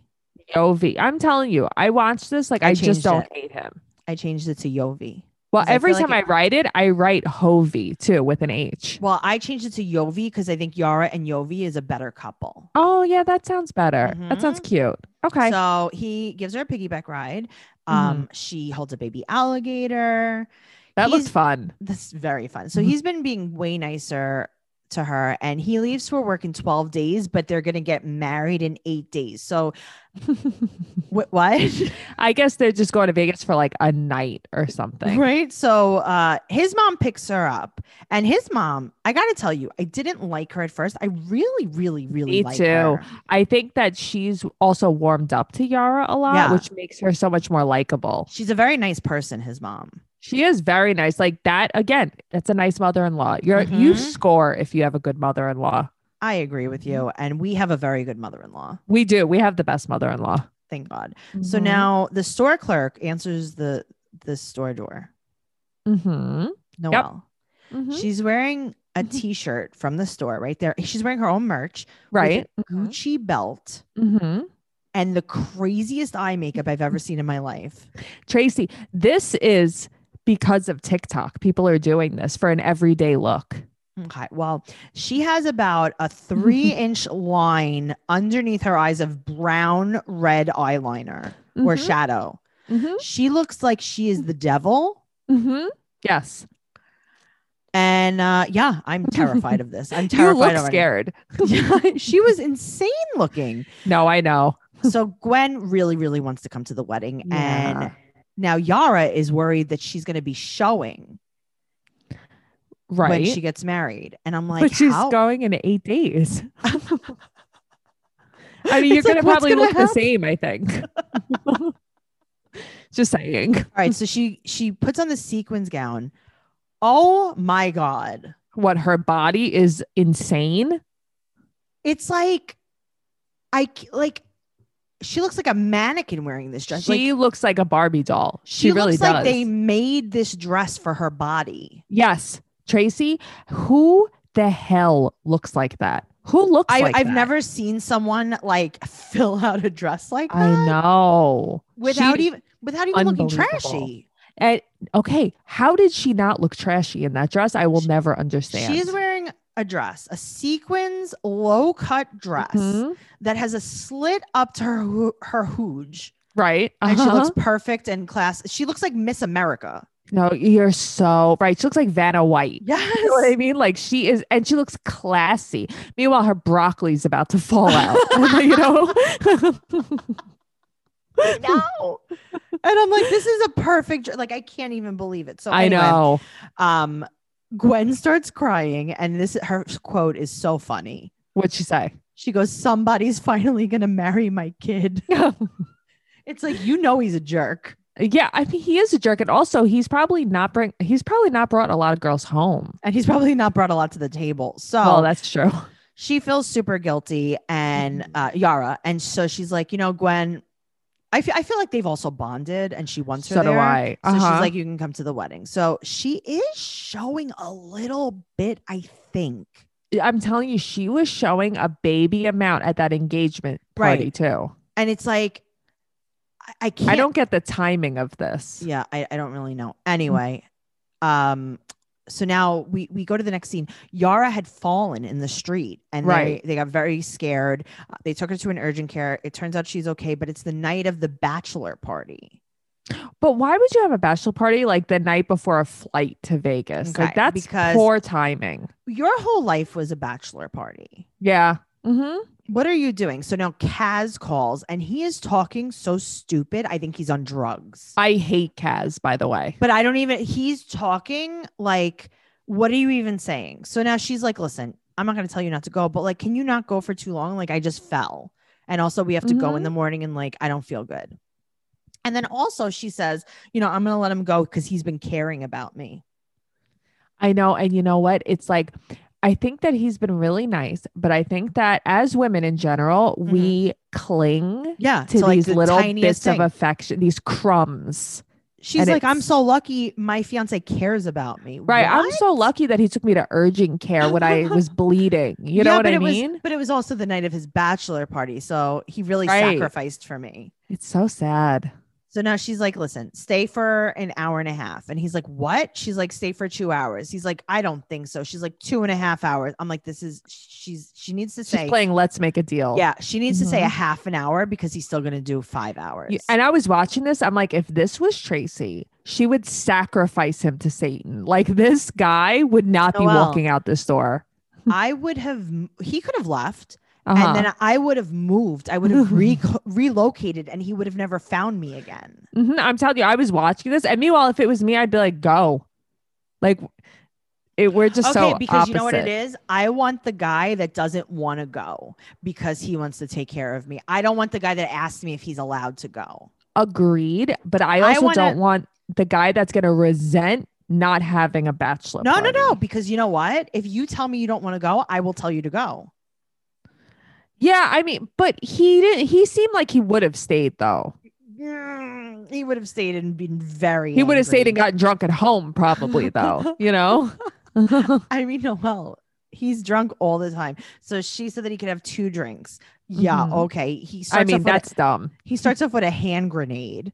[SPEAKER 3] Yovi. I'm telling you, I watch this. Like,
[SPEAKER 2] I
[SPEAKER 3] I, just
[SPEAKER 2] changed
[SPEAKER 3] don't hate him.
[SPEAKER 2] I changed it to Yovi.
[SPEAKER 3] Well,
[SPEAKER 2] 'Cause I
[SPEAKER 3] every
[SPEAKER 2] feel like
[SPEAKER 3] time I write it, I write Hovey too with an H.
[SPEAKER 2] Well, I changed it to Yovi because I think Yara and Yovi is a better couple.
[SPEAKER 3] Oh, yeah, that sounds better. That sounds cute. Okay.
[SPEAKER 2] Mm-hmm.
[SPEAKER 3] Mm-hmm.
[SPEAKER 2] So he gives her a piggyback ride. Um, She holds a baby alligator.
[SPEAKER 3] that looks
[SPEAKER 2] he's-
[SPEAKER 3] fun.
[SPEAKER 2] That's very fun. So
[SPEAKER 3] Mhm.
[SPEAKER 2] he's been being way nicer to her, and he leaves for work in 12 days, but they're going to get married in eight days. So wh- what?
[SPEAKER 3] I guess they're just going to Vegas for like a night or something.
[SPEAKER 2] right. So uh, his mom picks her up, and his mom, I got to tell you, I didn't like her at first. I really, really, really
[SPEAKER 3] Me
[SPEAKER 2] like
[SPEAKER 3] too.
[SPEAKER 2] her.
[SPEAKER 3] I think that she's also warmed up to Yara a lot,
[SPEAKER 2] Yeah.
[SPEAKER 3] which makes her so much more likable.
[SPEAKER 2] She's a very nice person, his mom.
[SPEAKER 3] She is very nice. Like that again, that's a nice mother-in-law. You're you
[SPEAKER 2] Mhm.
[SPEAKER 3] score if you have a good mother-in-law.
[SPEAKER 2] I agree with you. And we have a very good mother in law.
[SPEAKER 3] We do. We have the best mother-in-law.
[SPEAKER 2] Thank God. So
[SPEAKER 3] Mm-hmm.
[SPEAKER 2] now the store clerk answers the the store door.
[SPEAKER 3] hmm
[SPEAKER 2] Noelle.
[SPEAKER 3] Mm-hmm.
[SPEAKER 2] She's wearing a t-shirt from the store right there. She's wearing her own merch,
[SPEAKER 3] right. Mm-hmm.
[SPEAKER 2] Gucci belt,
[SPEAKER 3] hmm
[SPEAKER 2] and the craziest eye makeup I've ever seen in my life.
[SPEAKER 3] Tracy, this is because of TikTok. People are doing this for an everyday look.
[SPEAKER 2] Okay. Well, she has about a three inch line underneath her eyes of brown red eyeliner or
[SPEAKER 3] Mhm,
[SPEAKER 2] shadow.
[SPEAKER 3] mhm,
[SPEAKER 2] Mm-hmm.
[SPEAKER 3] Mm-hmm.
[SPEAKER 2] She looks like she is the devil.
[SPEAKER 3] mhm. Yes.
[SPEAKER 2] And uh, yeah, I'm terrified of this. I'm
[SPEAKER 3] You
[SPEAKER 2] terrified.
[SPEAKER 3] look
[SPEAKER 2] already.
[SPEAKER 3] scared.
[SPEAKER 2] Yeah, she was insane looking.
[SPEAKER 3] No, I know.
[SPEAKER 2] So Gwen really, really wants to come to the wedding,
[SPEAKER 3] Yeah.
[SPEAKER 2] and now Yara is worried that she's going to be showing
[SPEAKER 3] Right.
[SPEAKER 2] when she gets married. And I'm like,
[SPEAKER 3] but she's
[SPEAKER 2] how?
[SPEAKER 3] going in eight days. I mean, you're
[SPEAKER 2] It's like,
[SPEAKER 3] gonna
[SPEAKER 2] what's
[SPEAKER 3] probably
[SPEAKER 2] gonna
[SPEAKER 3] look the
[SPEAKER 2] happen?
[SPEAKER 3] same. I think. Just saying.
[SPEAKER 2] All right, so she she puts on the sequins gown. Oh my god.
[SPEAKER 3] What her body is insane.
[SPEAKER 2] It's like I c- like she looks like a mannequin wearing this dress. like,
[SPEAKER 3] she looks like a Barbie doll. She,
[SPEAKER 2] she
[SPEAKER 3] really
[SPEAKER 2] looks
[SPEAKER 3] does.
[SPEAKER 2] like they made this dress for her body.
[SPEAKER 3] Yes, Tracy. Who the hell looks like that? Who looks
[SPEAKER 2] I,
[SPEAKER 3] like
[SPEAKER 2] I've
[SPEAKER 3] that?
[SPEAKER 2] never seen someone like fill out a dress like that
[SPEAKER 3] I know. She-
[SPEAKER 2] without e even without even looking
[SPEAKER 3] Unbelievable.
[SPEAKER 2] trashy.
[SPEAKER 3] and- okay, how did she not look trashy in that dress? I will
[SPEAKER 2] She-
[SPEAKER 3] never understand.
[SPEAKER 2] She's wearing a dress, a sequins low cut dress
[SPEAKER 3] Mhm.
[SPEAKER 2] that has a slit up to her hoo- her hooge.
[SPEAKER 3] right?
[SPEAKER 2] and she
[SPEAKER 3] Uh-huh.
[SPEAKER 2] looks perfect and class. She looks like Miss America.
[SPEAKER 3] No, you're so right. She looks like Vanna White. You know what I
[SPEAKER 2] Yes.
[SPEAKER 3] mean? Like she is, and she looks classy. Meanwhile, her broccoli's about to fall out. you know?
[SPEAKER 2] no. and I'm like, this is a perfect. dr- Like, I can't even believe it. So
[SPEAKER 3] I
[SPEAKER 2] anyway,
[SPEAKER 3] know.
[SPEAKER 2] Um, Gwen starts crying, and this her quote is so funny.
[SPEAKER 3] What'd she say?
[SPEAKER 2] She goes, "Somebody's finally gonna marry my kid." It's like you know he's a jerk.
[SPEAKER 3] yeah, I mean he is a jerk, and also he's probably not bring. He's probably not brought a lot of girls home.
[SPEAKER 2] And he's probably not brought a lot to the table. So
[SPEAKER 3] Oh, that's true.
[SPEAKER 2] she feels super guilty and
[SPEAKER 3] Mhm.
[SPEAKER 2] uh, Yara. And so she's like, you know, Gwen, I fe- I feel like they've also bonded and she wants her
[SPEAKER 3] So do
[SPEAKER 2] there.
[SPEAKER 3] I.
[SPEAKER 2] So
[SPEAKER 3] Uh-huh.
[SPEAKER 2] she's like, you can come to the wedding. So she is showing a little bit, I think.
[SPEAKER 3] I'm telling you, she was showing a baby amount at that engagement party
[SPEAKER 2] Right.
[SPEAKER 3] too.
[SPEAKER 2] And it's like, I, I can't.
[SPEAKER 3] I don't get the timing of this.
[SPEAKER 2] Yeah, I, I don't really know. Anyway, um, so now we we go to the next scene. Yara had fallen in the street, and
[SPEAKER 3] Right.
[SPEAKER 2] they, they got very scared. Uh, they took her to an urgent care. It turns out she's okay, but it's the night of the bachelor party.
[SPEAKER 3] But why would you have a bachelor party like the night before a flight to Vegas?
[SPEAKER 2] Okay,
[SPEAKER 3] like that's
[SPEAKER 2] because-
[SPEAKER 3] poor timing.
[SPEAKER 2] Your whole life was a bachelor party.
[SPEAKER 3] Yeah. Mm-hmm.
[SPEAKER 2] What are you doing? So now Kaz calls, and he is talking so stupid. I think he's on drugs.
[SPEAKER 3] I hate Kaz, by the way.
[SPEAKER 2] but I don't even, he's talking like, what are you even saying? So now she's like, listen, I'm not going to tell you not to go, but like, can you not go for too long? Like, I just fell. And also, we have to
[SPEAKER 3] Mm-hmm.
[SPEAKER 2] go in the morning and like, I don't feel good. And then also, she says, you know, I'm going to let him go because he's been caring about me.
[SPEAKER 3] I know. And you know what? It's like, I think that he's been really nice, but I think that as women in general,
[SPEAKER 2] Mhm.
[SPEAKER 3] we cling
[SPEAKER 2] Yeah.
[SPEAKER 3] to
[SPEAKER 2] like,
[SPEAKER 3] these
[SPEAKER 2] the
[SPEAKER 3] little bits
[SPEAKER 2] tiniest
[SPEAKER 3] of
[SPEAKER 2] thing.
[SPEAKER 3] affection, these crumbs.
[SPEAKER 2] She's
[SPEAKER 3] and
[SPEAKER 2] like, I'm
[SPEAKER 3] it's-
[SPEAKER 2] so lucky my fiance cares about me.
[SPEAKER 3] Right. I'm
[SPEAKER 2] What?
[SPEAKER 3] so lucky that he took me to urgent care when I was bleeding. You know
[SPEAKER 2] Yeah,
[SPEAKER 3] what
[SPEAKER 2] but
[SPEAKER 3] I
[SPEAKER 2] it was-
[SPEAKER 3] mean?
[SPEAKER 2] but it was also the night of his bachelor party. So he really
[SPEAKER 3] Right.
[SPEAKER 2] sacrificed for me.
[SPEAKER 3] It's so sad.
[SPEAKER 2] So now she's like, listen, stay for an hour and a half. And he's like, what? She's like, stay for two hours. He's like, I don't think so. She's like, two and a half hours. I'm like, this is, she's, she needs to
[SPEAKER 3] She's
[SPEAKER 2] say,
[SPEAKER 3] playing Let's Make a Deal.
[SPEAKER 2] yeah, she needs to say
[SPEAKER 3] Mhm.
[SPEAKER 2] a half an hour because he's still going to do five hours.
[SPEAKER 3] Y- And I was watching this. I'm like, if this was Tracy, she would sacrifice him to Satan. Like this guy would not be
[SPEAKER 2] Noelle.
[SPEAKER 3] walking out this door.
[SPEAKER 2] I would have, he could have left
[SPEAKER 3] Uh-huh.
[SPEAKER 2] and then I would have moved. I would have re- relocated and he would have never found me again.
[SPEAKER 3] Mhm. I'm telling you, I was watching this. And meanwhile, if it was me, I'd be like, go. Like it, we're just
[SPEAKER 2] okay,
[SPEAKER 3] so
[SPEAKER 2] because you know what it
[SPEAKER 3] opposite.
[SPEAKER 2] is? I want the guy that doesn't want to go because he wants to take care of me. I don't want the guy that asks me if he's allowed to go.
[SPEAKER 3] Agreed. But I
[SPEAKER 2] I
[SPEAKER 3] also
[SPEAKER 2] wanna-
[SPEAKER 3] don't want the guy that's gonna resent not having a bachelor.
[SPEAKER 2] No, no,
[SPEAKER 3] party.
[SPEAKER 2] no, because you know what? If you tell me you don't want to go, I will tell you to go.
[SPEAKER 3] Yeah, I mean, but he didn't he seemed like he would have stayed though.
[SPEAKER 2] Mm, He would have stayed and been very.
[SPEAKER 3] He would have stayed and
[SPEAKER 2] angry.
[SPEAKER 3] gotten drunk at home, probably though, you know?
[SPEAKER 2] I mean, Noel, he's drunk all the time. So she said that he could have two drinks. Yeah,
[SPEAKER 3] Mhm.
[SPEAKER 2] okay. He starts.
[SPEAKER 3] I mean,
[SPEAKER 2] off with a-
[SPEAKER 3] that's dumb.
[SPEAKER 2] he starts off with a hand grenade.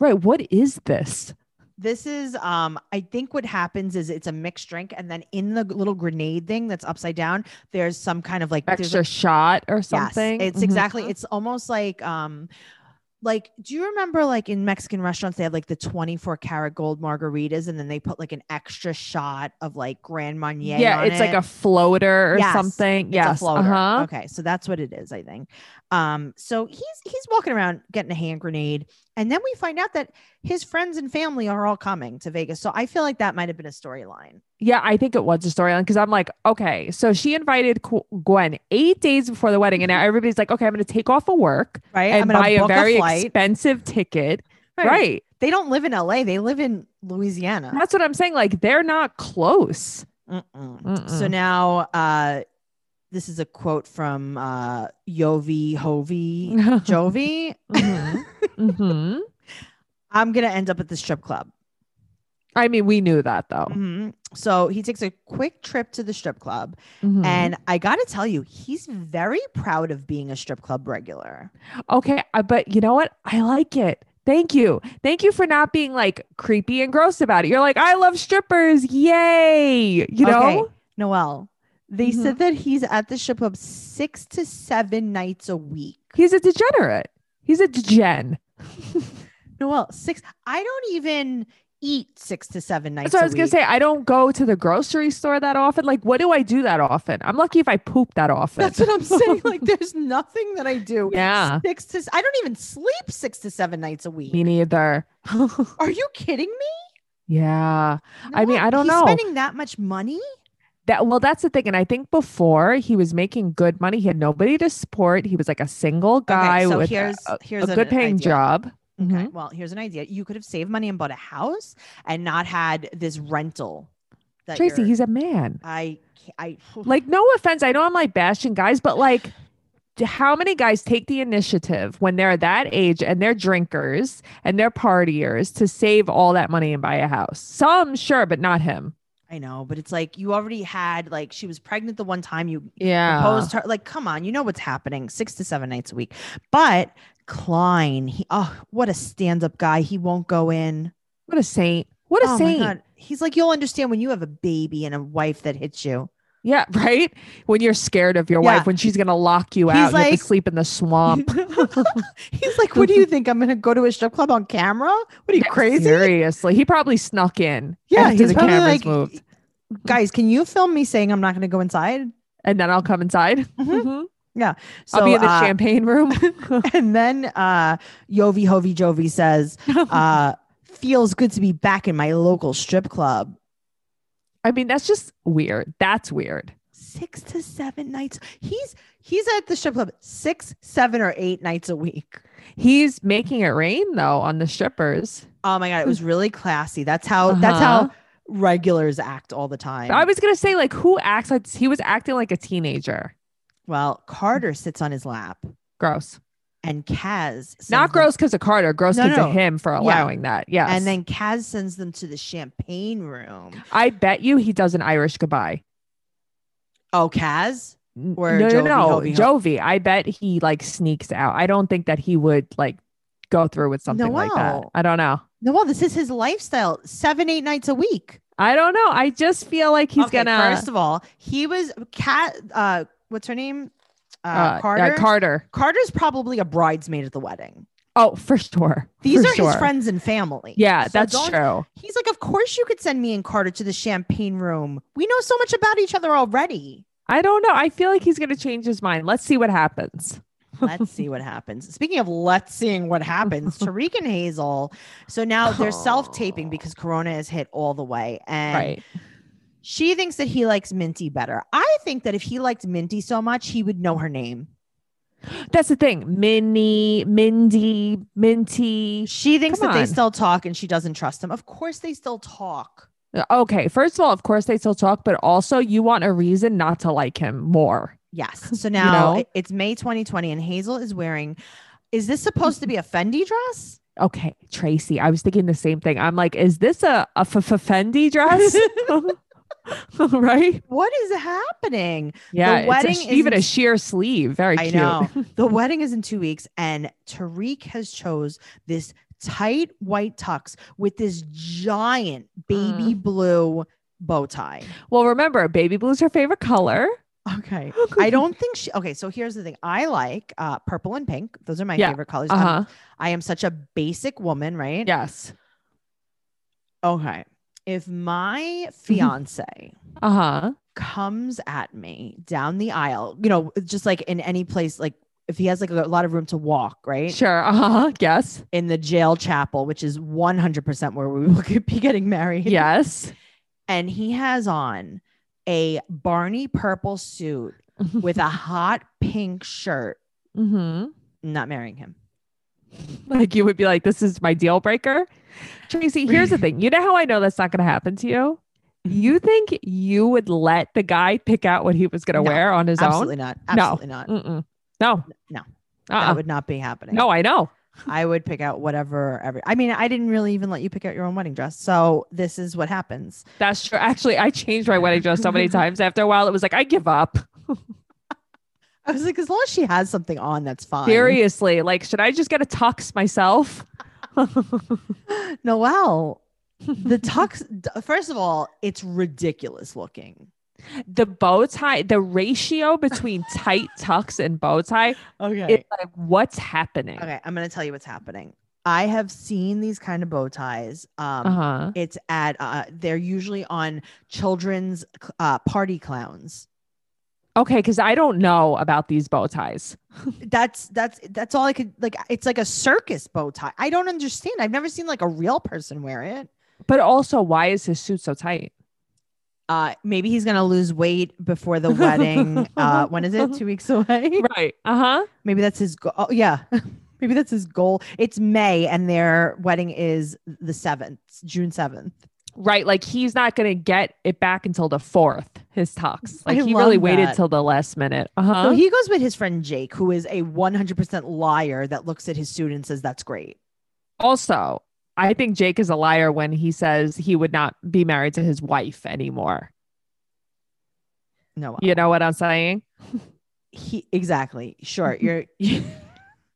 [SPEAKER 3] Right. What is this?
[SPEAKER 2] This is, um, I think what happens is it's a mixed drink, and then in the little grenade thing that's upside down, there's some kind of like there's a-
[SPEAKER 3] Extra shot or
[SPEAKER 2] Yes,
[SPEAKER 3] something?
[SPEAKER 2] it's
[SPEAKER 3] Mhm.
[SPEAKER 2] exactly. It's almost like um, like do you remember like in mexican restaurants they have like the 24 karat gold margaritas and then they put like an extra shot of like grand marnier
[SPEAKER 3] yeah,
[SPEAKER 2] on
[SPEAKER 3] it's like
[SPEAKER 2] it?
[SPEAKER 3] a floater or
[SPEAKER 2] Yes,
[SPEAKER 3] something.
[SPEAKER 2] It's
[SPEAKER 3] yes,
[SPEAKER 2] a floater.
[SPEAKER 3] uh-huh.
[SPEAKER 2] okay so that's what it is i think um so he's he's walking around getting a hand grenade and then we find out that his friends and family are all coming to vegas so i feel like that might have been a storyline
[SPEAKER 3] Yeah, I think it was a storyline because I'm like, okay, so she invited Qu- Gwen eight days before the wedding, and now everybody's like, okay, I'm going to take off of work
[SPEAKER 2] Mm-hmm. right
[SPEAKER 3] and buy a
[SPEAKER 2] book
[SPEAKER 3] very
[SPEAKER 2] flight.
[SPEAKER 3] expensive ticket. Right.
[SPEAKER 2] they don't live in la they live in louisiana
[SPEAKER 3] That's what I'm saying. Like, they're not close.
[SPEAKER 2] Mm-mm.
[SPEAKER 3] Mm-mm.
[SPEAKER 2] So now, uh, this is a quote from uh, Yovi Hovi Jovi.
[SPEAKER 3] Mhm. Mhm.
[SPEAKER 2] I'm gonna end up at the strip club.
[SPEAKER 3] I mean, we knew that though.
[SPEAKER 2] Mhm. So he takes a quick trip to the strip club,
[SPEAKER 3] Mhm.
[SPEAKER 2] and I gotta tell you, he's very proud of being a strip club regular.
[SPEAKER 3] okay, I- but you know what? I like it. Thank you. Thank you for not being like creepy and gross about it. You're like, I love strippers. Yay. You know?
[SPEAKER 2] Okay, Noel. They
[SPEAKER 3] Mm-hmm.
[SPEAKER 2] said that he's at the strip club six to seven nights a week.
[SPEAKER 3] He's a degenerate. He's a degen.
[SPEAKER 2] Noel, six. I don't even eat six to seven nights.
[SPEAKER 3] That's what
[SPEAKER 2] a
[SPEAKER 3] I was gonna
[SPEAKER 2] week.
[SPEAKER 3] say. I don't go to the grocery store that often. Like, what do I do that often? I'm lucky if I poop that often.
[SPEAKER 2] That's what I'm saying. Like, there's nothing that I do.
[SPEAKER 3] Yeah.
[SPEAKER 2] Six to, I don't even sleep six to seven nights a week.
[SPEAKER 3] Me neither.
[SPEAKER 2] Are you kidding me?
[SPEAKER 3] yeah. I mean,
[SPEAKER 2] No,
[SPEAKER 3] I don't
[SPEAKER 2] he's
[SPEAKER 3] know.
[SPEAKER 2] Spending that much money?
[SPEAKER 3] That well, that's the thing. And I think before he was making good money. He had nobody to support. He was like a single guy
[SPEAKER 2] so
[SPEAKER 3] with a-
[SPEAKER 2] here's-
[SPEAKER 3] uh, a,
[SPEAKER 2] here's
[SPEAKER 3] a
[SPEAKER 2] an
[SPEAKER 3] good paying
[SPEAKER 2] idea.
[SPEAKER 3] job.
[SPEAKER 2] Okay.
[SPEAKER 3] Mhm.
[SPEAKER 2] Well, here's an idea. You could have saved money and bought a house and not had this rental. That
[SPEAKER 3] Tracy,
[SPEAKER 2] you're-
[SPEAKER 3] he's a man.
[SPEAKER 2] I, ca- I,
[SPEAKER 3] Like, no offense. I know I'm like bashing guys, but like d- how many guys take the initiative when they're that age and they're drinkers and they're partiers to save all that money and buy a house? Some sure, but not him.
[SPEAKER 2] I know, but it's like you already had, like, she was pregnant the one time you
[SPEAKER 3] Yeah.
[SPEAKER 2] proposed her. Like, come on, you know what's happening six to seven nights a week. But Klein, he, oh, what a stand up guy. He won't go in.
[SPEAKER 3] What a saint. What a
[SPEAKER 2] oh my
[SPEAKER 3] saint.
[SPEAKER 2] God. He's like, you'll understand when you have a baby and a wife that hits you.
[SPEAKER 3] Yeah, right. When you're scared of your
[SPEAKER 2] Yeah.
[SPEAKER 3] wife, when she's gonna lock you
[SPEAKER 2] He's
[SPEAKER 3] out, you have
[SPEAKER 2] like-
[SPEAKER 3] to sleep in the swamp.
[SPEAKER 2] He's like, what do you think? I'm going to go to a strip club on camera? What are you crazy?
[SPEAKER 3] Seriously, he probably snuck in.
[SPEAKER 2] Yeah,
[SPEAKER 3] after
[SPEAKER 2] he's
[SPEAKER 3] the
[SPEAKER 2] probably
[SPEAKER 3] cameras
[SPEAKER 2] like,
[SPEAKER 3] moved,
[SPEAKER 2] guys, can you film me saying I'm not going to go inside?
[SPEAKER 3] and then I'll come inside.
[SPEAKER 2] Mhm.
[SPEAKER 3] Mhm.
[SPEAKER 2] So,
[SPEAKER 3] I'll be in the
[SPEAKER 2] uh,
[SPEAKER 3] champagne room.
[SPEAKER 2] and then uh, Yovi Hovi Jovi says, uh, feels good to be back in my local strip club.
[SPEAKER 3] I mean, that's just weird. That's weird.
[SPEAKER 2] six to seven nights. He's he's at the strip club six, seven, or eight nights a week.
[SPEAKER 3] He's making it rain though on the strippers.
[SPEAKER 2] Oh my god, it was really classy. That's how Oh, that's
[SPEAKER 3] Uh-huh.
[SPEAKER 2] how regulars act all the time.
[SPEAKER 3] I was gonna say like, who acts like he was acting like a teenager?
[SPEAKER 2] well, Carter sits on his lap,
[SPEAKER 3] Gross.
[SPEAKER 2] and Kaz sends
[SPEAKER 3] Not
[SPEAKER 2] them-
[SPEAKER 3] gross because of Carter. Gross
[SPEAKER 2] No,
[SPEAKER 3] because
[SPEAKER 2] no.
[SPEAKER 3] of him for allowing that. Yes.
[SPEAKER 2] And then Kaz sends them to the champagne room.
[SPEAKER 3] I bet you he does an Irish goodbye.
[SPEAKER 2] Oh, Kaz.
[SPEAKER 3] N-
[SPEAKER 2] Or
[SPEAKER 3] no,
[SPEAKER 2] Jovi,
[SPEAKER 3] no, no,
[SPEAKER 2] Jovi,
[SPEAKER 3] Jovi. I bet he like sneaks out. I don't think that he would like go through with something like that.
[SPEAKER 2] Noel.
[SPEAKER 3] I don't know.
[SPEAKER 2] No, well, this is his lifestyle. Seven, eight nights a week.
[SPEAKER 3] I don't know. I just feel like he's
[SPEAKER 2] Okay,
[SPEAKER 3] gonna
[SPEAKER 2] First of all, he was cat. Uh, what's her name? Uh,
[SPEAKER 3] uh, uh,
[SPEAKER 2] Carter.
[SPEAKER 3] Carter.
[SPEAKER 2] Carter's probably a bridesmaid at the wedding.
[SPEAKER 3] Oh, for sure.
[SPEAKER 2] These
[SPEAKER 3] For
[SPEAKER 2] are his
[SPEAKER 3] sure.
[SPEAKER 2] friends and family.
[SPEAKER 3] Yeah,
[SPEAKER 2] So
[SPEAKER 3] that's
[SPEAKER 2] don't-
[SPEAKER 3] true.
[SPEAKER 2] He's like, of course you could send me and Carter to the champagne room. We know so much about each other already.
[SPEAKER 3] I don't know. I feel like he's gonna change his mind. Let's see what happens.
[SPEAKER 2] Let's see what happens. Speaking of let's seeing what happens, Tariq and Hazel. So now they're self taping because Corona is hit all the way. And
[SPEAKER 3] right.
[SPEAKER 2] she thinks that he likes Minty better. I think that if he liked Minty so much, he would know her name.
[SPEAKER 3] That's the thing. Minnie, Mindy, Minty.
[SPEAKER 2] She thinks
[SPEAKER 3] Come
[SPEAKER 2] that they
[SPEAKER 3] on.
[SPEAKER 2] still talk and she doesn't trust him. Of course, they still talk.
[SPEAKER 3] Okay. First of all, of course they still talk, but also you want a reason not to like him more.
[SPEAKER 2] Yes. So now
[SPEAKER 3] know?
[SPEAKER 2] it- it's May 2020 and Hazel is wearing is this supposed to be a Fendi dress?
[SPEAKER 3] Okay, Tracy, I was thinking the same thing. I'm like, is this a a f- f- Fendi dress? right?
[SPEAKER 2] What is happening?
[SPEAKER 3] Yeah. it's a
[SPEAKER 2] wedding
[SPEAKER 3] sh- even a
[SPEAKER 2] isn't-
[SPEAKER 3] sheer sleeve. Very
[SPEAKER 2] I
[SPEAKER 3] cute.
[SPEAKER 2] know. The wedding is in 2 weeks and Tariq has chose this tight white tux with this
[SPEAKER 3] Mm.
[SPEAKER 2] giant baby blue bow tie.
[SPEAKER 3] Well, remember, baby blue is her favorite color.
[SPEAKER 2] Okay. I don't think she. Okay, so here's the thing. I like uh, purple and pink. Those are my
[SPEAKER 3] Yeah.
[SPEAKER 2] favorite colors.
[SPEAKER 3] Uh
[SPEAKER 2] I'm-
[SPEAKER 3] huh.
[SPEAKER 2] I am such a basic woman, right?
[SPEAKER 3] Yes.
[SPEAKER 2] Okay. If
[SPEAKER 3] Mm-hmm.
[SPEAKER 2] my fiance
[SPEAKER 3] Uh huh.
[SPEAKER 2] comes at me down the aisle, you know, just like in any place, like if he has like a lot of room to walk, right?
[SPEAKER 3] Sure. Uh huh. Yes.
[SPEAKER 2] In the jail chapel, which is 100% where we will be getting married.
[SPEAKER 3] Yes.
[SPEAKER 2] And he has on a Barney purple suit with a hot pink shirt.
[SPEAKER 3] hmm
[SPEAKER 2] I'm not marrying him.
[SPEAKER 3] Like you would be like, this is my deal breaker. Tracy, here's the thing. You know how I know that's not going to happen to you? You think you would let the guy pick out what he was going to
[SPEAKER 2] No,
[SPEAKER 3] wear on his
[SPEAKER 2] Absolutely not.
[SPEAKER 3] No.
[SPEAKER 2] Absolutely not.
[SPEAKER 3] own? Mm-mm. No.
[SPEAKER 2] No. That
[SPEAKER 3] Uh-uh.
[SPEAKER 2] would not be happening.
[SPEAKER 3] No, I know.
[SPEAKER 2] I would pick out whatever every I mean, I didn't really even let you pick out your own wedding dress. So this is what happens.
[SPEAKER 3] That's true. Actually, I changed my wedding dress so many times. After a while, it was like, I give up.
[SPEAKER 2] I was like, as long as she has something on, that's fine.
[SPEAKER 3] Seriously. Like, should I just get a tux myself?
[SPEAKER 2] Noelle, the tux d- first of all, it's ridiculous looking.
[SPEAKER 3] the bow tie, the ratio between tight tux and bow tie
[SPEAKER 2] Okay.
[SPEAKER 3] is like, what's happening?
[SPEAKER 2] okay, I'm gonna tell you what's happening. I have seen these kind of bow ties. Um
[SPEAKER 3] Uh huh.
[SPEAKER 2] It's at uh, they're usually on children's cl- uh, party clowns.
[SPEAKER 3] Okay, because I don't know about these bow ties.
[SPEAKER 2] That's that's that's all I could like. It's like a circus bow tie. I don't understand. I've never seen like a real person wear it.
[SPEAKER 3] But also, why is his suit so tight?
[SPEAKER 2] uh maybe he's gonna lose weight before the wedding uh when is it two weeks away
[SPEAKER 3] Right. Uh huh.
[SPEAKER 2] maybe that's his goal oh, yeah maybe that's his goal it's may and their wedding is the 7th june 7th
[SPEAKER 3] Right. Like he's not gonna get it back until the fourth. His tux. Like
[SPEAKER 2] I
[SPEAKER 3] he really
[SPEAKER 2] love
[SPEAKER 3] waited
[SPEAKER 2] that.
[SPEAKER 3] till the last minute. Uh huh.
[SPEAKER 2] so he goes with his friend jake who is a 100% liar that looks at his suit and says that's great
[SPEAKER 3] also, I think Jake is a liar when he says he would not be married to his wife anymore.
[SPEAKER 2] no
[SPEAKER 3] You know what I'm saying?
[SPEAKER 2] he exactly sure you're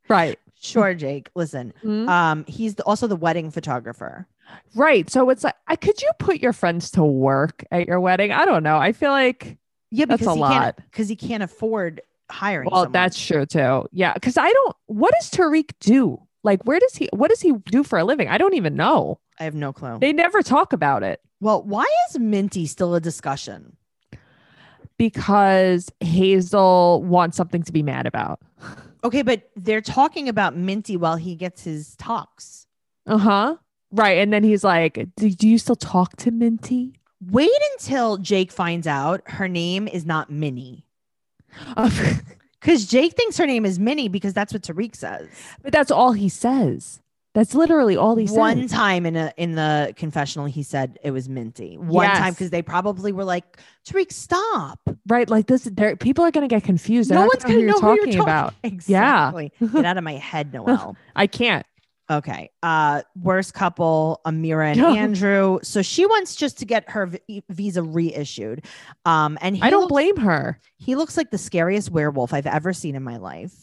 [SPEAKER 3] Right.
[SPEAKER 2] sure jake listen
[SPEAKER 3] Mhm.
[SPEAKER 2] um he's the, also the wedding photographer
[SPEAKER 3] Right. So it's like, I, could you put your friends to work at your wedding? I don't know. I feel like,
[SPEAKER 2] yeah
[SPEAKER 3] That's a
[SPEAKER 2] because he
[SPEAKER 3] lot.
[SPEAKER 2] can't because he can't afford hiring
[SPEAKER 3] well,
[SPEAKER 2] someone.
[SPEAKER 3] that's true too. Yeah. Cause I don't, what does Tariq do? Like, where does he, what does he do for a living? I don't even know.
[SPEAKER 2] i have no clue
[SPEAKER 3] They never talk about it
[SPEAKER 2] Well, why is Minty still a discussion?
[SPEAKER 3] because Hazel wants something to be mad about.
[SPEAKER 2] Okay, but they're talking about Minty while he gets his talks.
[SPEAKER 3] Uh huh. Right. And then he's like, do, do you still talk to Minty?
[SPEAKER 2] Wait until Jake finds out her name is not Minnie.
[SPEAKER 3] but
[SPEAKER 2] Because Jake thinks her name is Minnie because that's what Tariq says.
[SPEAKER 3] that's all he says. That's literally all he
[SPEAKER 2] One
[SPEAKER 3] says.
[SPEAKER 2] time in a in the confessional, he said it was Minty. One
[SPEAKER 3] Yes.
[SPEAKER 2] time because they probably were like, Tariq, stop.
[SPEAKER 3] Right. Like this, there, people are going to get confused. They're
[SPEAKER 2] no
[SPEAKER 3] not
[SPEAKER 2] one's
[SPEAKER 3] gonna
[SPEAKER 2] gonna know who you're
[SPEAKER 3] Oh, talking about.
[SPEAKER 2] Exactly. Get out of my head, Noel.
[SPEAKER 3] I can't.
[SPEAKER 2] Okay. Uh, worst couple, Amira and Andrew. So she wants just to get her v- e, visa reissued. Um, and he
[SPEAKER 3] I don't
[SPEAKER 2] looks-
[SPEAKER 3] blame her.
[SPEAKER 2] He looks like the scariest werewolf I've ever seen in my life.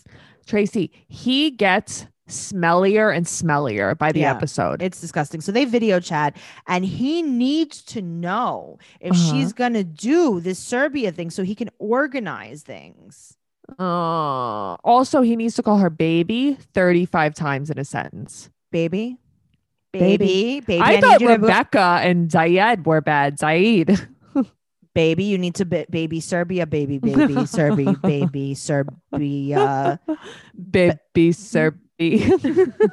[SPEAKER 3] Tracy, he gets smellier and smellier by the
[SPEAKER 2] Yeah.
[SPEAKER 3] episode.
[SPEAKER 2] It's disgusting. So they video chat, and he needs to know if
[SPEAKER 3] Uh-huh.
[SPEAKER 2] she's gonna do this Serbia thing so he can organize things.
[SPEAKER 3] Uh, also, he needs to call her baby 35 times in a sentence.
[SPEAKER 2] Baby,
[SPEAKER 3] Baby.
[SPEAKER 2] baby, baby.
[SPEAKER 3] I,
[SPEAKER 2] need
[SPEAKER 3] thought
[SPEAKER 2] you to move-
[SPEAKER 3] Rebecca and Zayed were bad. Zayed.
[SPEAKER 2] baby, you need to ba- baby Serbia, baby, baby Serbia, baby Serbia.
[SPEAKER 3] Baby
[SPEAKER 2] mm-hmm.
[SPEAKER 3] Serby.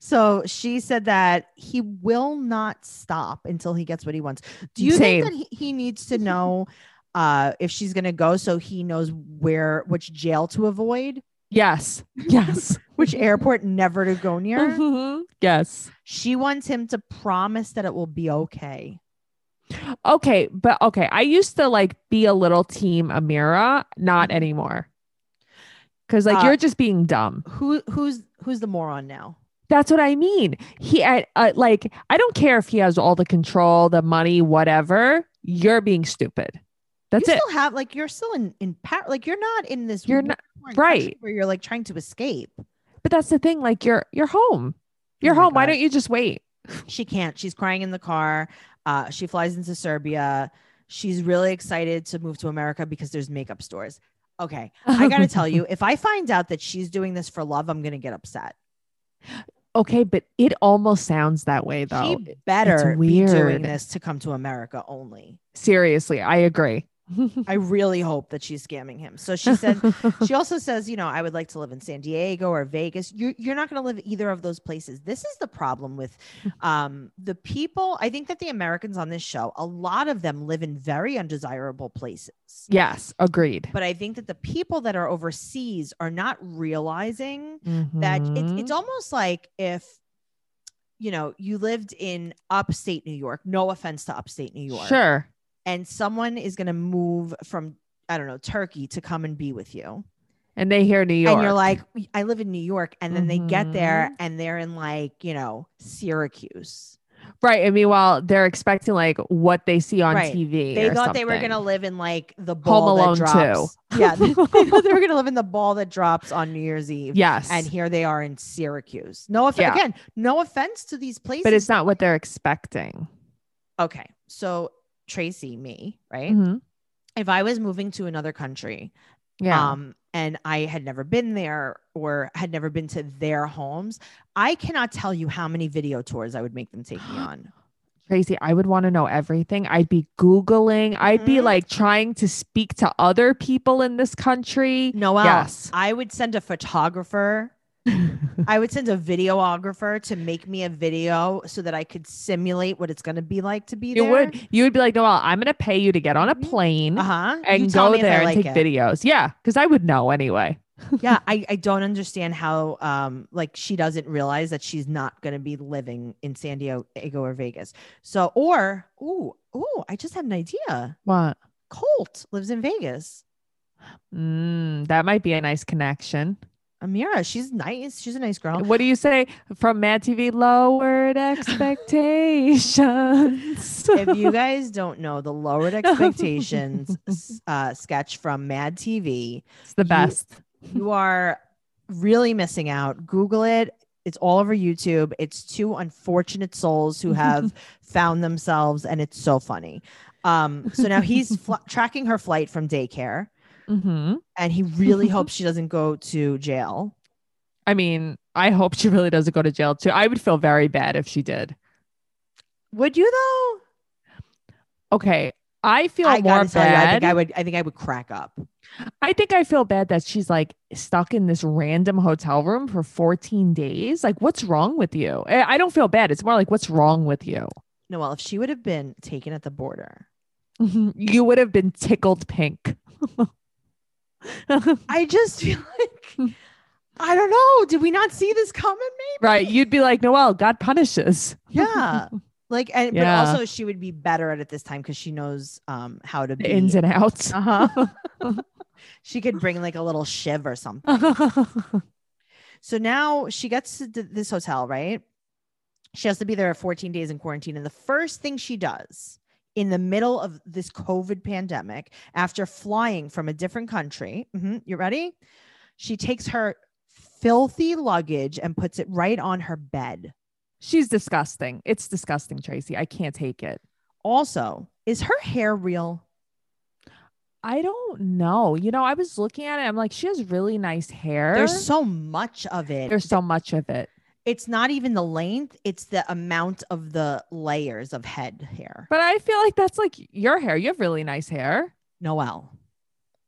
[SPEAKER 2] So she said that he will not stop until he gets what he wants. Do you
[SPEAKER 3] Same.
[SPEAKER 2] think that he, he needs to know uh, if she's going to go so he knows where, which jail to avoid,
[SPEAKER 3] yes. Yes.
[SPEAKER 2] which airport never to go near?
[SPEAKER 3] Mhm. Yes.
[SPEAKER 2] she wants him to promise that it will be okay.
[SPEAKER 3] Okay. But okay. I used to like be a little team Amira, not anymore. Cause like
[SPEAKER 2] Mm-hmm. Uh,
[SPEAKER 3] you're just being dumb.
[SPEAKER 2] Who who's who's the moron now?
[SPEAKER 3] That's what I mean. He uh, uh, like I don't care if he has all the control, the money, whatever. You're being stupid. That's
[SPEAKER 2] you
[SPEAKER 3] it.
[SPEAKER 2] still have like you're still in in power. Like you're not in this.
[SPEAKER 3] You're not-
[SPEAKER 2] war-torn country
[SPEAKER 3] right.
[SPEAKER 2] where you're like trying to escape.
[SPEAKER 3] But that's the thing. Like you're you're home. You're
[SPEAKER 2] Oh my
[SPEAKER 3] home. Why
[SPEAKER 2] God.
[SPEAKER 3] don't you just wait?
[SPEAKER 2] She can't. She's crying in the car. Uh, she flies into Serbia. she's really excited to move to America because there's makeup stores. Okay. I got to tell you, if I find out that she's doing this for love, I'm going to get upset.
[SPEAKER 3] Okay, but it almost sounds that way though.
[SPEAKER 2] She better be doing
[SPEAKER 3] weird.
[SPEAKER 2] this to come to America only.
[SPEAKER 3] Seriously, I agree.
[SPEAKER 2] I really hope that she's scamming him. So she said, she also says, you know, I would like to live in San Diego or Vegas. You're, you're not going to live either of those places. This is the problem with um, the people. I think that the Americans on this show, a lot of them live in very undesirable places.
[SPEAKER 3] yes, agreed.
[SPEAKER 2] But I think that the people that are overseas are not realizing that it's,
[SPEAKER 3] Mhm.
[SPEAKER 2] it's almost like if, you know, you lived in upstate New York, no offense to upstate New York
[SPEAKER 3] Mm-hmm. sure.
[SPEAKER 2] and someone is going to move from I don't know Turkey to come and be with you,
[SPEAKER 3] And they hear New York. Mm-hmm.
[SPEAKER 2] and you're like, "We- I live in New York, and then they get there and they're in like you know Syracuse.
[SPEAKER 3] right. And meanwhile, they're expecting like what they see on
[SPEAKER 2] Right.
[SPEAKER 3] TV.
[SPEAKER 2] They
[SPEAKER 3] or
[SPEAKER 2] thought they were going to
[SPEAKER 3] something.
[SPEAKER 2] live in like the ball
[SPEAKER 3] Alone
[SPEAKER 2] that drops. Yeah, they thought they were going to live in the ball that drops on New Year's Eve.
[SPEAKER 3] Yes.
[SPEAKER 2] And here they are in Syracuse. No
[SPEAKER 3] Yeah.
[SPEAKER 2] offense. Again, no offense to these places.
[SPEAKER 3] but it's not what they're expecting.
[SPEAKER 2] okay. So Tracy, me, right?
[SPEAKER 3] Mhm.
[SPEAKER 2] If I was moving to another country
[SPEAKER 3] Yeah.
[SPEAKER 2] um, and I had never been there or had never been to their homes. I cannot tell you how many video tours I would make them take me on.
[SPEAKER 3] Crazy. I would want to know everything. I'd be Googling. I'd be
[SPEAKER 2] Mhm.
[SPEAKER 3] like trying to speak to other people in this country.
[SPEAKER 2] Noelle,
[SPEAKER 3] Yes.
[SPEAKER 2] I would send a photographer. I would send a videographer to make me a video so that I could simulate what it's going to be like to be
[SPEAKER 3] You
[SPEAKER 2] there.
[SPEAKER 3] would you would be like, Noel, I'm gonna pay you to get on a
[SPEAKER 2] Mhm.
[SPEAKER 3] plane
[SPEAKER 2] Uh huh.
[SPEAKER 3] and go there and take videos. Yeah, because I would know anyway.
[SPEAKER 2] yeah, I, I don't understand how um like she doesn't realize that she's not gonna be living in San Diego or Vegas. So or ooh ooh, I just had an idea.
[SPEAKER 3] What?
[SPEAKER 2] Colt lives in Vegas.
[SPEAKER 3] Mm, that might be a nice connection.
[SPEAKER 2] Amira, she's nice. She's a nice girl.
[SPEAKER 3] What do you say from Mad TV? Lowered expectations.
[SPEAKER 2] if you guys don't know the lowered expectations s- uh, sketch from Mad TV,
[SPEAKER 3] it's the best.
[SPEAKER 2] you are really missing out. Google it. It's all over YouTube. It's two unfortunate souls who have found themselves, and it's so funny. Um, so now he's fl- tracking her flight from daycare,
[SPEAKER 3] hmm
[SPEAKER 2] and he really hopes she doesn't go to jail.
[SPEAKER 3] I mean, I hope she really doesn't go to jail too. I would feel very bad if she did.
[SPEAKER 2] Would you though?
[SPEAKER 3] Okay. I feel
[SPEAKER 2] I
[SPEAKER 3] more
[SPEAKER 2] gotta tell you, I
[SPEAKER 3] bad.
[SPEAKER 2] think I would. I think I would crack up.
[SPEAKER 3] I think I feel bad that she's like stuck in this random hotel room for 14 days. Like, what's wrong with you? I I don't feel bad. It's more like, what's wrong with you?
[SPEAKER 2] Noelle, if she would have been taken at the border,
[SPEAKER 3] you would have been tickled pink.
[SPEAKER 2] I just feel like I don't know. Did we not see this coming?
[SPEAKER 3] right. You'd be like, Noelle, God punishes.
[SPEAKER 2] Maybe? Yeah. Like, and
[SPEAKER 3] Yeah.
[SPEAKER 2] but also she would be better at it this time because she knows um how to
[SPEAKER 3] The
[SPEAKER 2] be.
[SPEAKER 3] ins and outs.
[SPEAKER 2] uh-huh. she could bring like a little shiv or something. So now she gets to th- this hotel, right? She has to be there 14 days in quarantine. And the first thing she does in the middle of this COVID pandemic, after flying from a different country, mhm, you ready? She takes her filthy luggage and puts it right on her bed.
[SPEAKER 3] she's disgusting. It's disgusting, Tracy. I can't take it.
[SPEAKER 2] Also, is her hair real?
[SPEAKER 3] I don't know. You know, I was looking at it. I'm like, she has really nice hair.
[SPEAKER 2] There's so much of it.
[SPEAKER 3] There's so much of it.
[SPEAKER 2] it's not even the length, it's the amount of the layers of head hair.
[SPEAKER 3] But I feel like that's like your hair. You have really nice hair.
[SPEAKER 2] Noelle.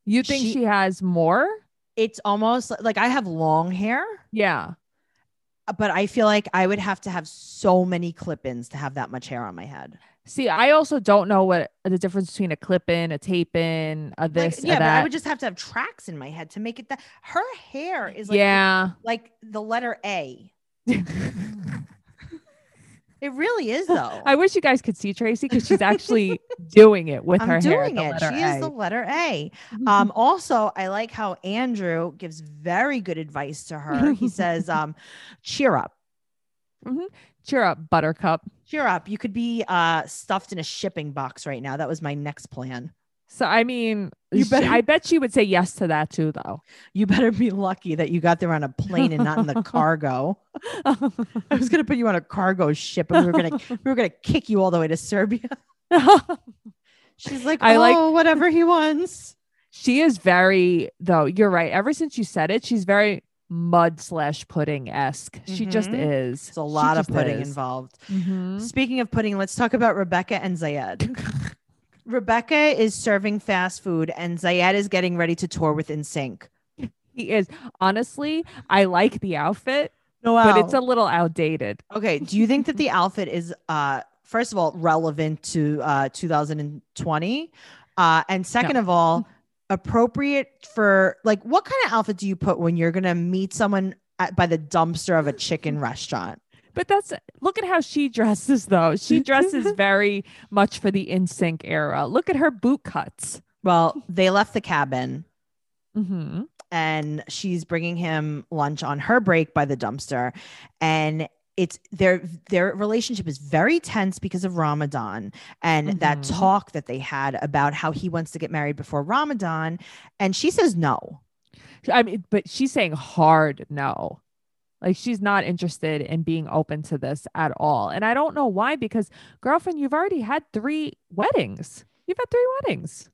[SPEAKER 3] You think
[SPEAKER 2] She-
[SPEAKER 3] she has more?
[SPEAKER 2] It's almost like I have long hair.
[SPEAKER 3] Yeah.
[SPEAKER 2] but I feel like I would have to have so many clip-ins to have that much hair on my head.
[SPEAKER 3] See, I also don't know what the difference between a clip in, a tape in, a this,
[SPEAKER 2] like,
[SPEAKER 3] a
[SPEAKER 2] yeah, but I
[SPEAKER 3] that.
[SPEAKER 2] would just have to have tracks in my head to make it that her hair is like
[SPEAKER 3] yeah.
[SPEAKER 2] like the letter A. It really is though.
[SPEAKER 3] I wish you guys could see Tracy because she's actually doing it with
[SPEAKER 2] I'm
[SPEAKER 3] her hair.
[SPEAKER 2] doing
[SPEAKER 3] the
[SPEAKER 2] it.
[SPEAKER 3] letter
[SPEAKER 2] She is
[SPEAKER 3] A. Mm-hmm.
[SPEAKER 2] the letter A. Um, also, I like how Andrew gives very good advice to her. He says, um, "Cheer up,
[SPEAKER 3] Cheer up, Buttercup.
[SPEAKER 2] cheer up. You could be uh, stuffed in a shipping box right now." That was my next plan.
[SPEAKER 3] So I mean,
[SPEAKER 2] You
[SPEAKER 3] she-
[SPEAKER 2] better-
[SPEAKER 3] I bet she would say yes to that too, though.
[SPEAKER 2] You better be lucky that you got there on a plane and not in the cargo. I was gonna put you on a cargo ship and we were gonna we were gonna kick you all the way to Serbia. She's like,
[SPEAKER 3] I
[SPEAKER 2] oh,
[SPEAKER 3] like-
[SPEAKER 2] whatever he wants.
[SPEAKER 3] She is very, though, you're right. Ever since you said it, she's very mud slash pudding esque. She Mm-hmm. just
[SPEAKER 2] Mhm.
[SPEAKER 3] is.
[SPEAKER 2] It's a lot of pudding Mm-hmm. involved. Speaking of pudding, let's talk about Rebecca and Zayed. Rebecca is serving fast food, and Zayed is getting ready to tour with InSync.
[SPEAKER 3] He is. Honestly, I like the outfit,
[SPEAKER 2] No,
[SPEAKER 3] but it's a little outdated.
[SPEAKER 2] okay. Do you think that the outfit is, uh, first of all, relevant to uh, 2020, uh, and second of all, appropriate for like what kind of outfit do you put when you're gonna meet someone at, by the dumpster of a chicken restaurant?
[SPEAKER 3] But that's look at how she dresses though. She dresses very much for the InSync era. Look at her boot cuts.
[SPEAKER 2] Well, they left the cabin.
[SPEAKER 3] hmm
[SPEAKER 2] and she's bringing him lunch on her break by the dumpster and it's their their relationship is very tense because of Ramadan and that
[SPEAKER 3] Mhm.
[SPEAKER 2] talk that they had about how he wants to get married before Ramadan and she says no.
[SPEAKER 3] I mean, but she's saying hard no. Like she's not interested in being open to this at all. And I don't know why, because girlfriend, you've already had three weddings. You've had three weddings.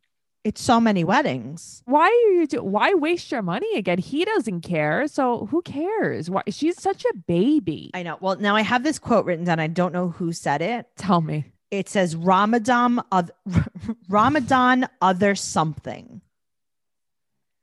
[SPEAKER 2] It's so many weddings.
[SPEAKER 3] Why are you do why waste your money again? He doesn't care. So who cares? Why she's such a baby.
[SPEAKER 2] I know. Well, now I have this quote written down. I don't know who said it.
[SPEAKER 3] Tell me.
[SPEAKER 2] It says Ramadan of Ramadan other something.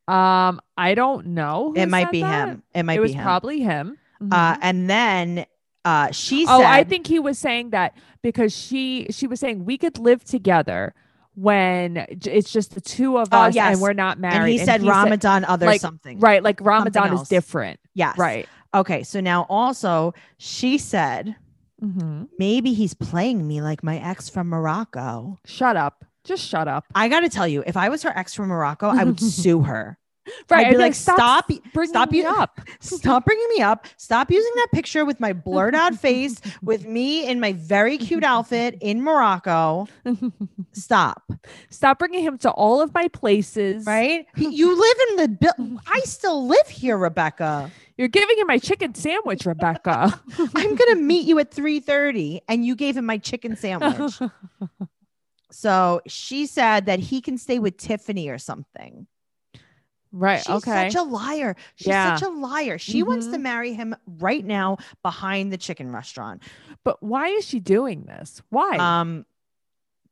[SPEAKER 3] Um, I don't know. who
[SPEAKER 2] it might
[SPEAKER 3] said
[SPEAKER 2] be
[SPEAKER 3] that.
[SPEAKER 2] him. It might
[SPEAKER 3] it was
[SPEAKER 2] be him.
[SPEAKER 3] probably him.
[SPEAKER 2] uh,
[SPEAKER 3] Mhm.
[SPEAKER 2] and then uh, she
[SPEAKER 3] oh,
[SPEAKER 2] said
[SPEAKER 3] I think he was saying that because she she was saying we could live together when j- it's just the two of
[SPEAKER 2] Oh,
[SPEAKER 3] us
[SPEAKER 2] yes.
[SPEAKER 3] and we're not married.
[SPEAKER 2] And he said Ramadan other
[SPEAKER 3] like,
[SPEAKER 2] something.
[SPEAKER 3] right, like Ramadan is
[SPEAKER 2] else.
[SPEAKER 3] different,
[SPEAKER 2] Yes.
[SPEAKER 3] right?
[SPEAKER 2] Okay. So now also she said
[SPEAKER 3] hmm
[SPEAKER 2] maybe he's playing me like my ex from Morocco.
[SPEAKER 3] Shut up, just shut up.
[SPEAKER 2] I got to tell you, if I was her ex from Morocco, I would sue her.
[SPEAKER 3] Right,
[SPEAKER 2] I'd be like, stop,
[SPEAKER 3] bringing
[SPEAKER 2] stop
[SPEAKER 3] me
[SPEAKER 2] you-
[SPEAKER 3] up.
[SPEAKER 2] stop bringing me up. Stop using that picture with my blurred out face with me in my very cute outfit in Morocco. Stop.
[SPEAKER 3] stop bringing him to all of my places.
[SPEAKER 2] Right? He- You live in the, bu- I still live here, Rebecca.
[SPEAKER 3] you're giving him my chicken sandwich, Rebecca.
[SPEAKER 2] I'm gonna meet you at 3:30 and you gave him my chicken sandwich. so she said that he can stay with Tiffany or something.
[SPEAKER 3] right?
[SPEAKER 2] She's
[SPEAKER 3] okay.
[SPEAKER 2] such a liar. She's such a liar. She wants to
[SPEAKER 3] Mhm.
[SPEAKER 2] marry him right now behind the chicken restaurant.
[SPEAKER 3] but why is she doing this? Why?
[SPEAKER 2] Um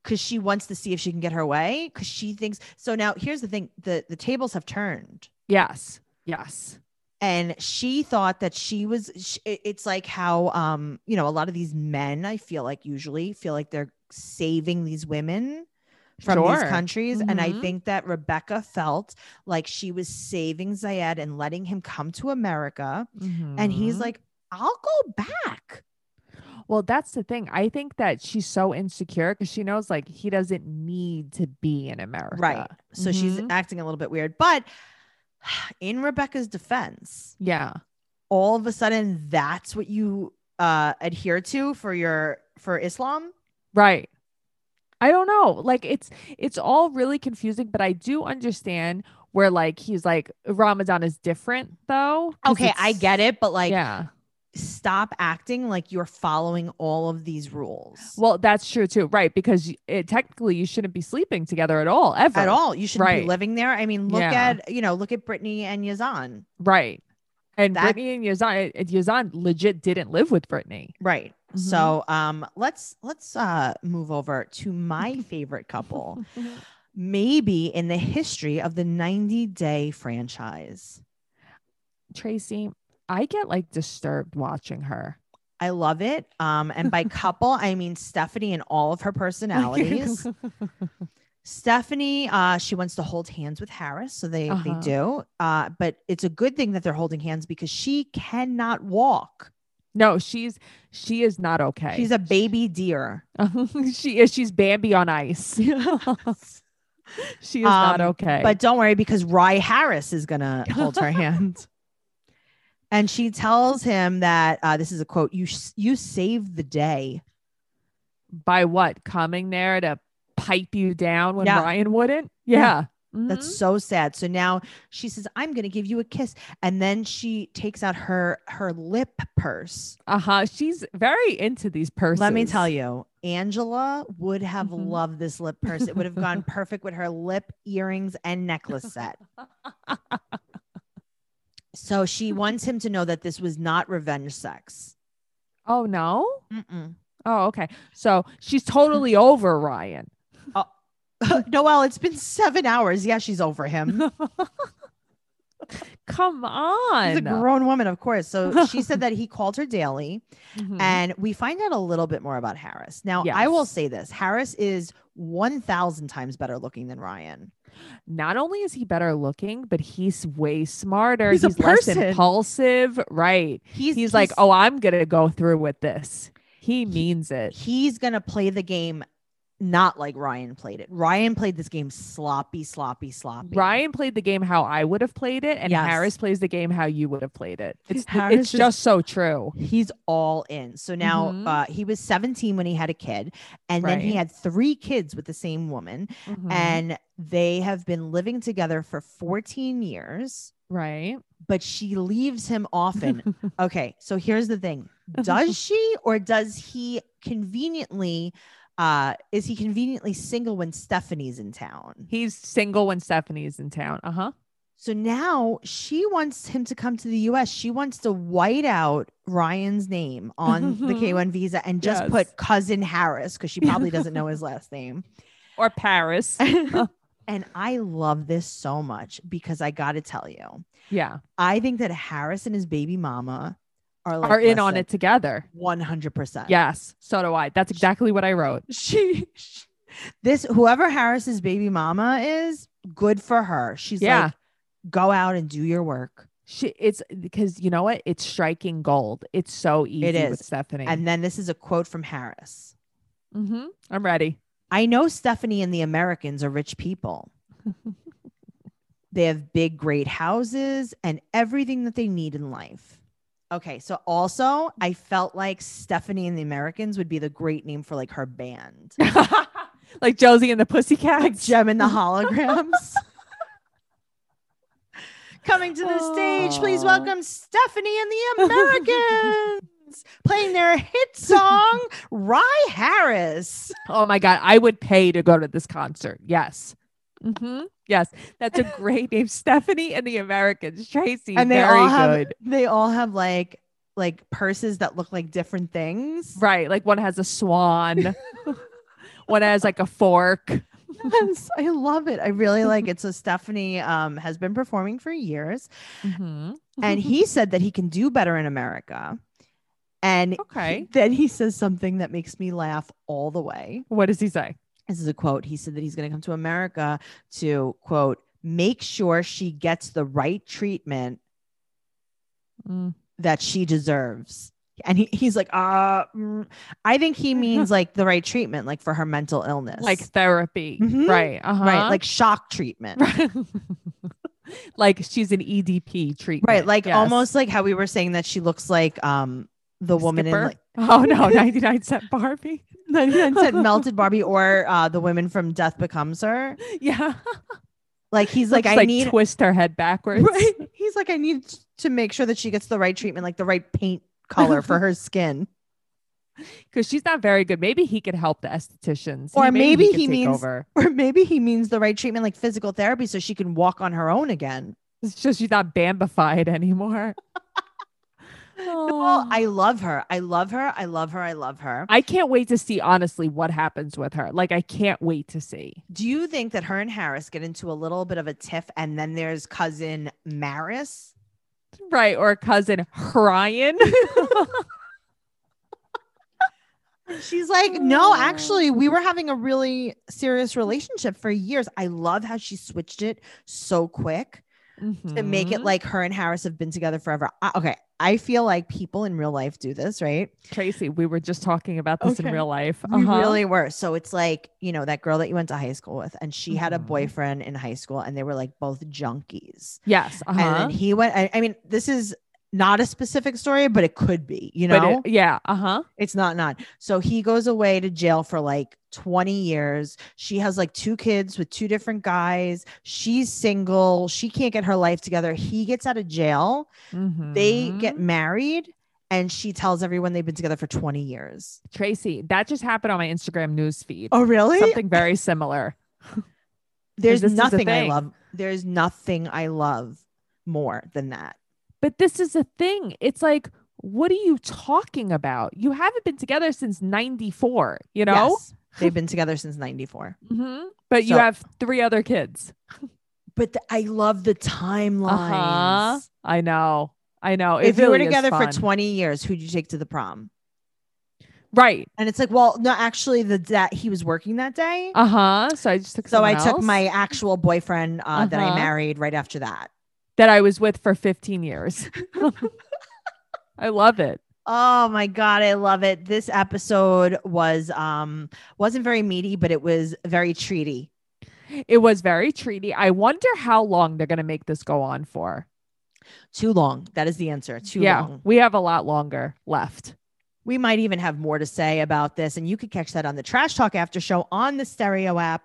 [SPEAKER 2] because she wants to see if she can get her way. Cause she thinks so now here's the thing: the, the tables have turned.
[SPEAKER 3] yes. Yes.
[SPEAKER 2] and she thought that she was sh- it- it's like how um you know a lot of these men i feel like usually feel like they're saving these women from
[SPEAKER 3] Sure.
[SPEAKER 2] these countries and i
[SPEAKER 3] Mhm.
[SPEAKER 2] think that rebecca felt like she was saving zayed and letting him come to america and
[SPEAKER 3] Mhm.
[SPEAKER 2] he's like i'll go back
[SPEAKER 3] Well, that's the thing. I think that she's so insecure because she knows like he doesn't need to be in America.
[SPEAKER 2] right so she's
[SPEAKER 3] Mhm.
[SPEAKER 2] acting a little bit weird but in rebecca's defense
[SPEAKER 3] Yeah.
[SPEAKER 2] all of a sudden that's what you uh adhere to for your for islam
[SPEAKER 3] Right. I don't know. Like it's it's all really confusing, but I do understand where like he's like Ramadan is different though. 'cause
[SPEAKER 2] Okay, I
[SPEAKER 3] it's-
[SPEAKER 2] get it, but like,
[SPEAKER 3] yeah.
[SPEAKER 2] stop acting like you're following all of these rules
[SPEAKER 3] Well, that's true too. Right. Because y- it technically you shouldn't be sleeping together at all, ever.
[SPEAKER 2] at all. You shouldn't
[SPEAKER 3] Right.
[SPEAKER 2] be living there. I mean, look
[SPEAKER 3] Yeah.
[SPEAKER 2] at you know, look at Brittany and Yazan.
[SPEAKER 3] Right. And
[SPEAKER 2] That-
[SPEAKER 3] Brittany and Yazan, Yazan legit didn't live with Brittany.
[SPEAKER 2] Right. So,
[SPEAKER 3] Mm-hmm.
[SPEAKER 2] um, let's let's uh move over to my favorite couple, maybe in the history of the 90 Day franchise.
[SPEAKER 3] Tracy, I get like disturbed watching her.
[SPEAKER 2] I love it. Um, and by couple, I mean Stephanie and all of her personalities. Stephanie, uh, she wants to hold hands with Harris, so they they
[SPEAKER 3] Uh-huh.
[SPEAKER 2] do. Uh, but it's a good thing that they're holding hands because she cannot walk.
[SPEAKER 3] no, she's she is not okay.
[SPEAKER 2] She's a baby deer.
[SPEAKER 3] she is she's Bambi on ice. she is not
[SPEAKER 2] Um,
[SPEAKER 3] okay.
[SPEAKER 2] But don't worry because Rye Harris is gonna hold her hand. And she tells him that uh, this is a quote: "You s- you saved the day."
[SPEAKER 3] by what coming there to pipe you down when
[SPEAKER 2] Yeah.
[SPEAKER 3] Ryan wouldn't?
[SPEAKER 2] Yeah.
[SPEAKER 3] Yeah,
[SPEAKER 2] That's
[SPEAKER 3] Mhm.
[SPEAKER 2] so sad. So now she says, "I'm gonna give you a kiss," and then she takes out her her lip purse.
[SPEAKER 3] uh-huh. She's Mm-hmm. very into these persons.
[SPEAKER 2] Let me tell you, Angela would have
[SPEAKER 3] Mhm.
[SPEAKER 2] loved this lip purse. It would have gone perfect with her lip, earrings, and necklace set. So she wants him to know that this was not revenge sex.
[SPEAKER 3] Oh no.
[SPEAKER 2] Mm-mm.
[SPEAKER 3] Oh, okay. So she's totally over Ryan.
[SPEAKER 2] Noelle, it's been seven hours. Yeah, she's over him.
[SPEAKER 3] Come on.
[SPEAKER 2] She's a grown woman, of course. So she said that he called her daily.
[SPEAKER 3] Mhm.
[SPEAKER 2] And we find out a little bit more about Harris. Now, I will
[SPEAKER 3] Yes.
[SPEAKER 2] say this Harris is 1,000 times better looking than Ryan.
[SPEAKER 3] Not only is he better looking, but he's way smarter.
[SPEAKER 2] He's a
[SPEAKER 3] less
[SPEAKER 2] person.
[SPEAKER 3] impulsive. Right. He's, like, oh, I'm gonna go through with this. He means it.
[SPEAKER 2] he's going to play the game not like Ryan played it. Ryan played this game sloppy, sloppy, sloppy.
[SPEAKER 3] Ryan played the game how I would have played it, and
[SPEAKER 2] Yes.
[SPEAKER 3] Harris plays the game how you would have played it. It's
[SPEAKER 2] Harris
[SPEAKER 3] it's
[SPEAKER 2] is-
[SPEAKER 3] just so true.
[SPEAKER 2] He's all in. So now
[SPEAKER 3] Mhm.
[SPEAKER 2] uh, he was 17 when he had a kid, and then he
[SPEAKER 3] Right.
[SPEAKER 2] had three kids with the same woman,
[SPEAKER 3] Mhm.
[SPEAKER 2] and they have been living together for 14 years.
[SPEAKER 3] right.
[SPEAKER 2] But she leaves him often. Okay, so here's the thing.
[SPEAKER 3] Mm-hmm.
[SPEAKER 2] Does she or does he conveniently uh is he conveniently single when Stephanie's in town?
[SPEAKER 3] He's single when Stephanie's in town. Uh huh.
[SPEAKER 2] So now she wants him to come to the US. She wants to white out Ryan's name on the K1 visa and just
[SPEAKER 3] Mm-hmm. Yes.
[SPEAKER 2] put cousin Harris cuz she probably doesn't know his last name.
[SPEAKER 3] Or Paris.
[SPEAKER 2] And I love this so much because I got to tell you.
[SPEAKER 3] yeah.
[SPEAKER 2] I think that Harris and his baby mama are like
[SPEAKER 3] Are in on
[SPEAKER 2] listen,
[SPEAKER 3] it together.
[SPEAKER 2] 100%.
[SPEAKER 3] Yes. So do I. That's exactly what I wrote.
[SPEAKER 2] she this whoever Harris's baby mama is, good for her. She's
[SPEAKER 3] Yeah.
[SPEAKER 2] like, go out and do your work.
[SPEAKER 3] She, it's because you know what? It's striking gold. It's so easy
[SPEAKER 2] is.
[SPEAKER 3] with Stephanie.
[SPEAKER 2] And then this is a quote from Harris.
[SPEAKER 3] hmm I'm ready.
[SPEAKER 2] I know Stephanie and the Americans are rich people. they have big, great houses and everything that they need in life. Okay, so also I felt like Stephanie and the Americans would be the great name for like her band.
[SPEAKER 3] like Josie and the Pussycats.
[SPEAKER 2] like Gem and the Holograms. Coming to the stage, please
[SPEAKER 3] Aw.
[SPEAKER 2] welcome Stephanie and the Americans playing their hit song, Rye Harris.
[SPEAKER 3] Oh my God. I would pay to go to this concert. Yes. hmm Yes. That's a great name. Stephanie and the Americans. Tracy.
[SPEAKER 2] And they
[SPEAKER 3] very
[SPEAKER 2] all have
[SPEAKER 3] good.
[SPEAKER 2] they all have like like purses that look like different things.
[SPEAKER 3] Right. Like one has a swan, one has like a fork.
[SPEAKER 2] Yes, I love it. I really like it. So Stephanie um, has been performing for years, Mm-hmm.
[SPEAKER 3] Mhm.
[SPEAKER 2] and he said that he can do better in America. And
[SPEAKER 3] Okay.
[SPEAKER 2] then he says something that makes me laugh all the way.
[SPEAKER 3] What does he say?
[SPEAKER 2] This is a quote. He said that he's going to come to America to quote, make sure she gets the right treatment
[SPEAKER 3] Mm.
[SPEAKER 2] that she deserves. And he, he's like, uh, mm." I think he means like the right treatment, like for her mental illness,
[SPEAKER 3] Like therapy.
[SPEAKER 2] Mhm.
[SPEAKER 3] Right. Uh-huh.
[SPEAKER 2] right, like shock treatment, right?
[SPEAKER 3] like she's an EDP treatment.
[SPEAKER 2] like
[SPEAKER 3] Yes.
[SPEAKER 2] almost like how we were saying that she looks like um the woman
[SPEAKER 3] Skipper?
[SPEAKER 2] in like,
[SPEAKER 3] Oh no, 99 cent Barbie.
[SPEAKER 2] 99 Cent melted Barbie or uh, the women from Death Becomes Her.
[SPEAKER 3] Yeah.
[SPEAKER 2] Like he's like,
[SPEAKER 3] Looks
[SPEAKER 2] I need
[SPEAKER 3] twist her head backwards.
[SPEAKER 2] Right. He's like, I need t- to make sure that she gets the right treatment, like the right paint color for her skin.
[SPEAKER 3] Because she's not very good. Maybe he could help the estheticians.
[SPEAKER 2] Or maybe
[SPEAKER 3] could
[SPEAKER 2] he
[SPEAKER 3] take
[SPEAKER 2] means-
[SPEAKER 3] over.
[SPEAKER 2] Or maybe he means the right treatment, like physical therapy, so she can walk on her own again.
[SPEAKER 3] It's just she's not bambified anymore.
[SPEAKER 2] Well, I love her. I love her. I love her. I love her.
[SPEAKER 3] I can't wait to see honestly what happens with her. Like I can't wait to see.
[SPEAKER 2] Do you think that her and Harris get into a little bit of a tiff and then there's cousin Maris?
[SPEAKER 3] Right. Or cousin Ryan.
[SPEAKER 2] She's like, no,
[SPEAKER 3] Oh.
[SPEAKER 2] actually, we were having a really serious relationship for years. I love how she switched it so quick. to make it
[SPEAKER 3] Mhm.
[SPEAKER 2] like her and Harris have been together forever. I, okay, I feel like people in real life do this, right?
[SPEAKER 3] Tracy, we were just talking about this
[SPEAKER 2] Okay.
[SPEAKER 3] in real life.
[SPEAKER 2] We
[SPEAKER 3] Uh-huh.
[SPEAKER 2] really were. So it's like you know that girl that you went to high school with, and she had a
[SPEAKER 3] Mhm.
[SPEAKER 2] boyfriend in high school, and they were like both junkies.
[SPEAKER 3] Yes. Uh-huh.
[SPEAKER 2] And then he went. I, I mean, this is not a specific story, but it could be. You know,
[SPEAKER 3] But it, yeah. Uh huh.
[SPEAKER 2] it's not not. So he goes away to jail for like. 20 years. She has like two kids with two different guys. She's
[SPEAKER 3] Mm-hmm.
[SPEAKER 2] single. She can't get her life together. He gets out of jail. they get married and she tells everyone they've been together for 20 years.
[SPEAKER 3] Tracy, that just happened on my Instagram newsfeed.
[SPEAKER 2] Oh, really?
[SPEAKER 3] Something very similar.
[SPEAKER 2] There's
[SPEAKER 3] this is the
[SPEAKER 2] nothing I
[SPEAKER 3] thing.
[SPEAKER 2] love. There's nothing I love more than that.
[SPEAKER 3] But this is the thing. It's like, what are you talking about? You haven't been together since 94, you know?
[SPEAKER 2] Yes. They've been together since 94.
[SPEAKER 3] hmm But you
[SPEAKER 2] So-
[SPEAKER 3] have three other kids.
[SPEAKER 2] But th- I love the timelines.
[SPEAKER 3] Uh-huh. I know. I know. It
[SPEAKER 2] If you were
[SPEAKER 3] really is
[SPEAKER 2] together for
[SPEAKER 3] fun.
[SPEAKER 2] 20 years, who'd you take to the prom?
[SPEAKER 3] right.
[SPEAKER 2] And it's like, well, no, actually, the that he was working that day.
[SPEAKER 3] Uh huh. So I just took.
[SPEAKER 2] so I
[SPEAKER 3] someone
[SPEAKER 2] took
[SPEAKER 3] else
[SPEAKER 2] my actual boyfriend uh, that I
[SPEAKER 3] Uh-huh.
[SPEAKER 2] married right after that.
[SPEAKER 3] that I was with for 15 years. I love it.
[SPEAKER 2] Oh my god, I love it. This episode was um wasn't very meaty, but it was very treaty.
[SPEAKER 3] It was very treaty. I wonder how long they're going to make this go on for.
[SPEAKER 2] Too long. That is the answer. Too
[SPEAKER 3] yeah,
[SPEAKER 2] long.
[SPEAKER 3] we have a lot longer left.
[SPEAKER 2] We might even have more to say about this, and you could catch that on the Trash Talk After Show on the Stereo app.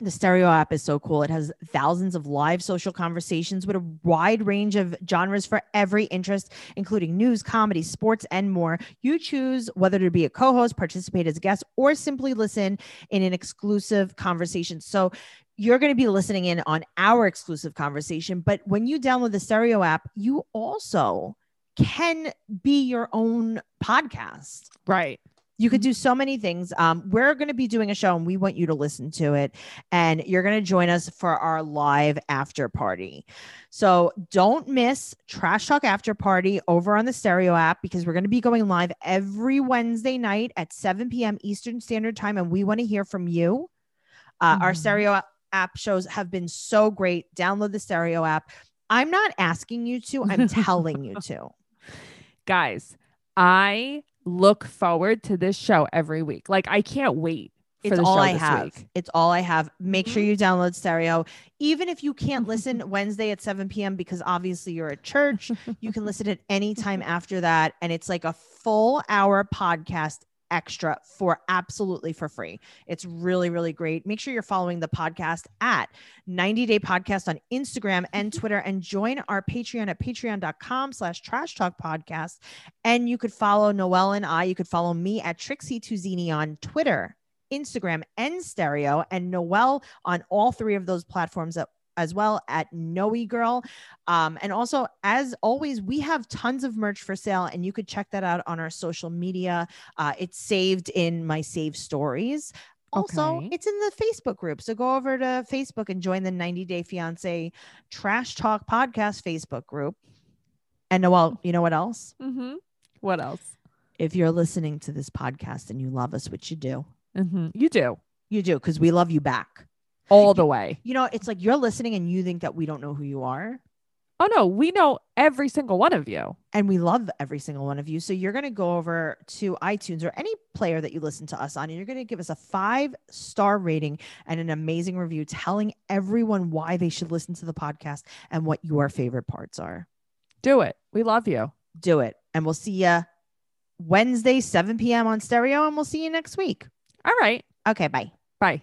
[SPEAKER 2] The Stereo app is so cool. It has thousands of live social conversations with a wide range of genres for every interest, including news, comedy, sports, and more. You choose whether to be a co host, participate as a guest, or simply listen in an exclusive conversation. So you're going to be listening in on our exclusive conversation. But when you download the Stereo app, you also can be your own podcast.
[SPEAKER 3] Right.
[SPEAKER 2] You could do so many things. Um, we're going to be doing a show and we want you to listen to it. And you're going to join us for our live after party. So don't miss Trash Talk After Party over on the Stereo app because we're going to be going live every Wednesday night at 7 p.m. Eastern Standard Time. And we want to hear from you. Uh, Our
[SPEAKER 3] Mhm.
[SPEAKER 2] Stereo app shows have been so great. Download the Stereo app. I'm not asking you to, I'm telling you to.
[SPEAKER 3] Guys, I look forward to this show every week. Like, I can't wait for
[SPEAKER 2] It's
[SPEAKER 3] the
[SPEAKER 2] all
[SPEAKER 3] show
[SPEAKER 2] I
[SPEAKER 3] this
[SPEAKER 2] have.
[SPEAKER 3] week. Mm-hmm.
[SPEAKER 2] It's all I have. Make sure you download Stereo. Even if you can't listen Wednesday at 7 p.m. because obviously you're at church, you can listen at any time after that. And it's like a full hour podcast extra for absolutely for free. It's really, really great. Make sure you're following the podcast at 90 Day Podcast on Instagram and Twitter and join our Patreon at patreon.com slash trash talk podcast. And you could follow Noelle and I. You could follow me at Trixie Tuzini on Twitter. Instagram and Stereo, and Noel on all three of those platforms a- as well at Noe Girl. Um, and also, as always, we have tons of merch for sale, and you could check that out on our social media. Uh, it's saved in my save stories. Also,
[SPEAKER 3] Okay.
[SPEAKER 2] it's in the Facebook group. So go over to Facebook and join the 90 Day Fiance Trash Talk Podcast Facebook group. And Noel, you know what else?
[SPEAKER 3] hmm What else?
[SPEAKER 2] If you're listening to this podcast and you love us, which you do,
[SPEAKER 3] hmm You do
[SPEAKER 2] you do, because we love you back.
[SPEAKER 3] all the way.
[SPEAKER 2] you know, it's like you're listening and you think that we don't know who you are.
[SPEAKER 3] Oh, no, we know every single one of you.
[SPEAKER 2] And we love every single one of you. So you're going to go over to iTunes or any player that you listen to us on, and you're going to give us a five star rating and an amazing review telling everyone why they should listen to the podcast and what your favorite parts are.
[SPEAKER 3] Do it. We love you.
[SPEAKER 2] Do it. And we'll see you Wednesday, 7 p.m. on stereo, and we'll see you next week.
[SPEAKER 3] All right.
[SPEAKER 2] Okay. Bye.
[SPEAKER 3] Bye.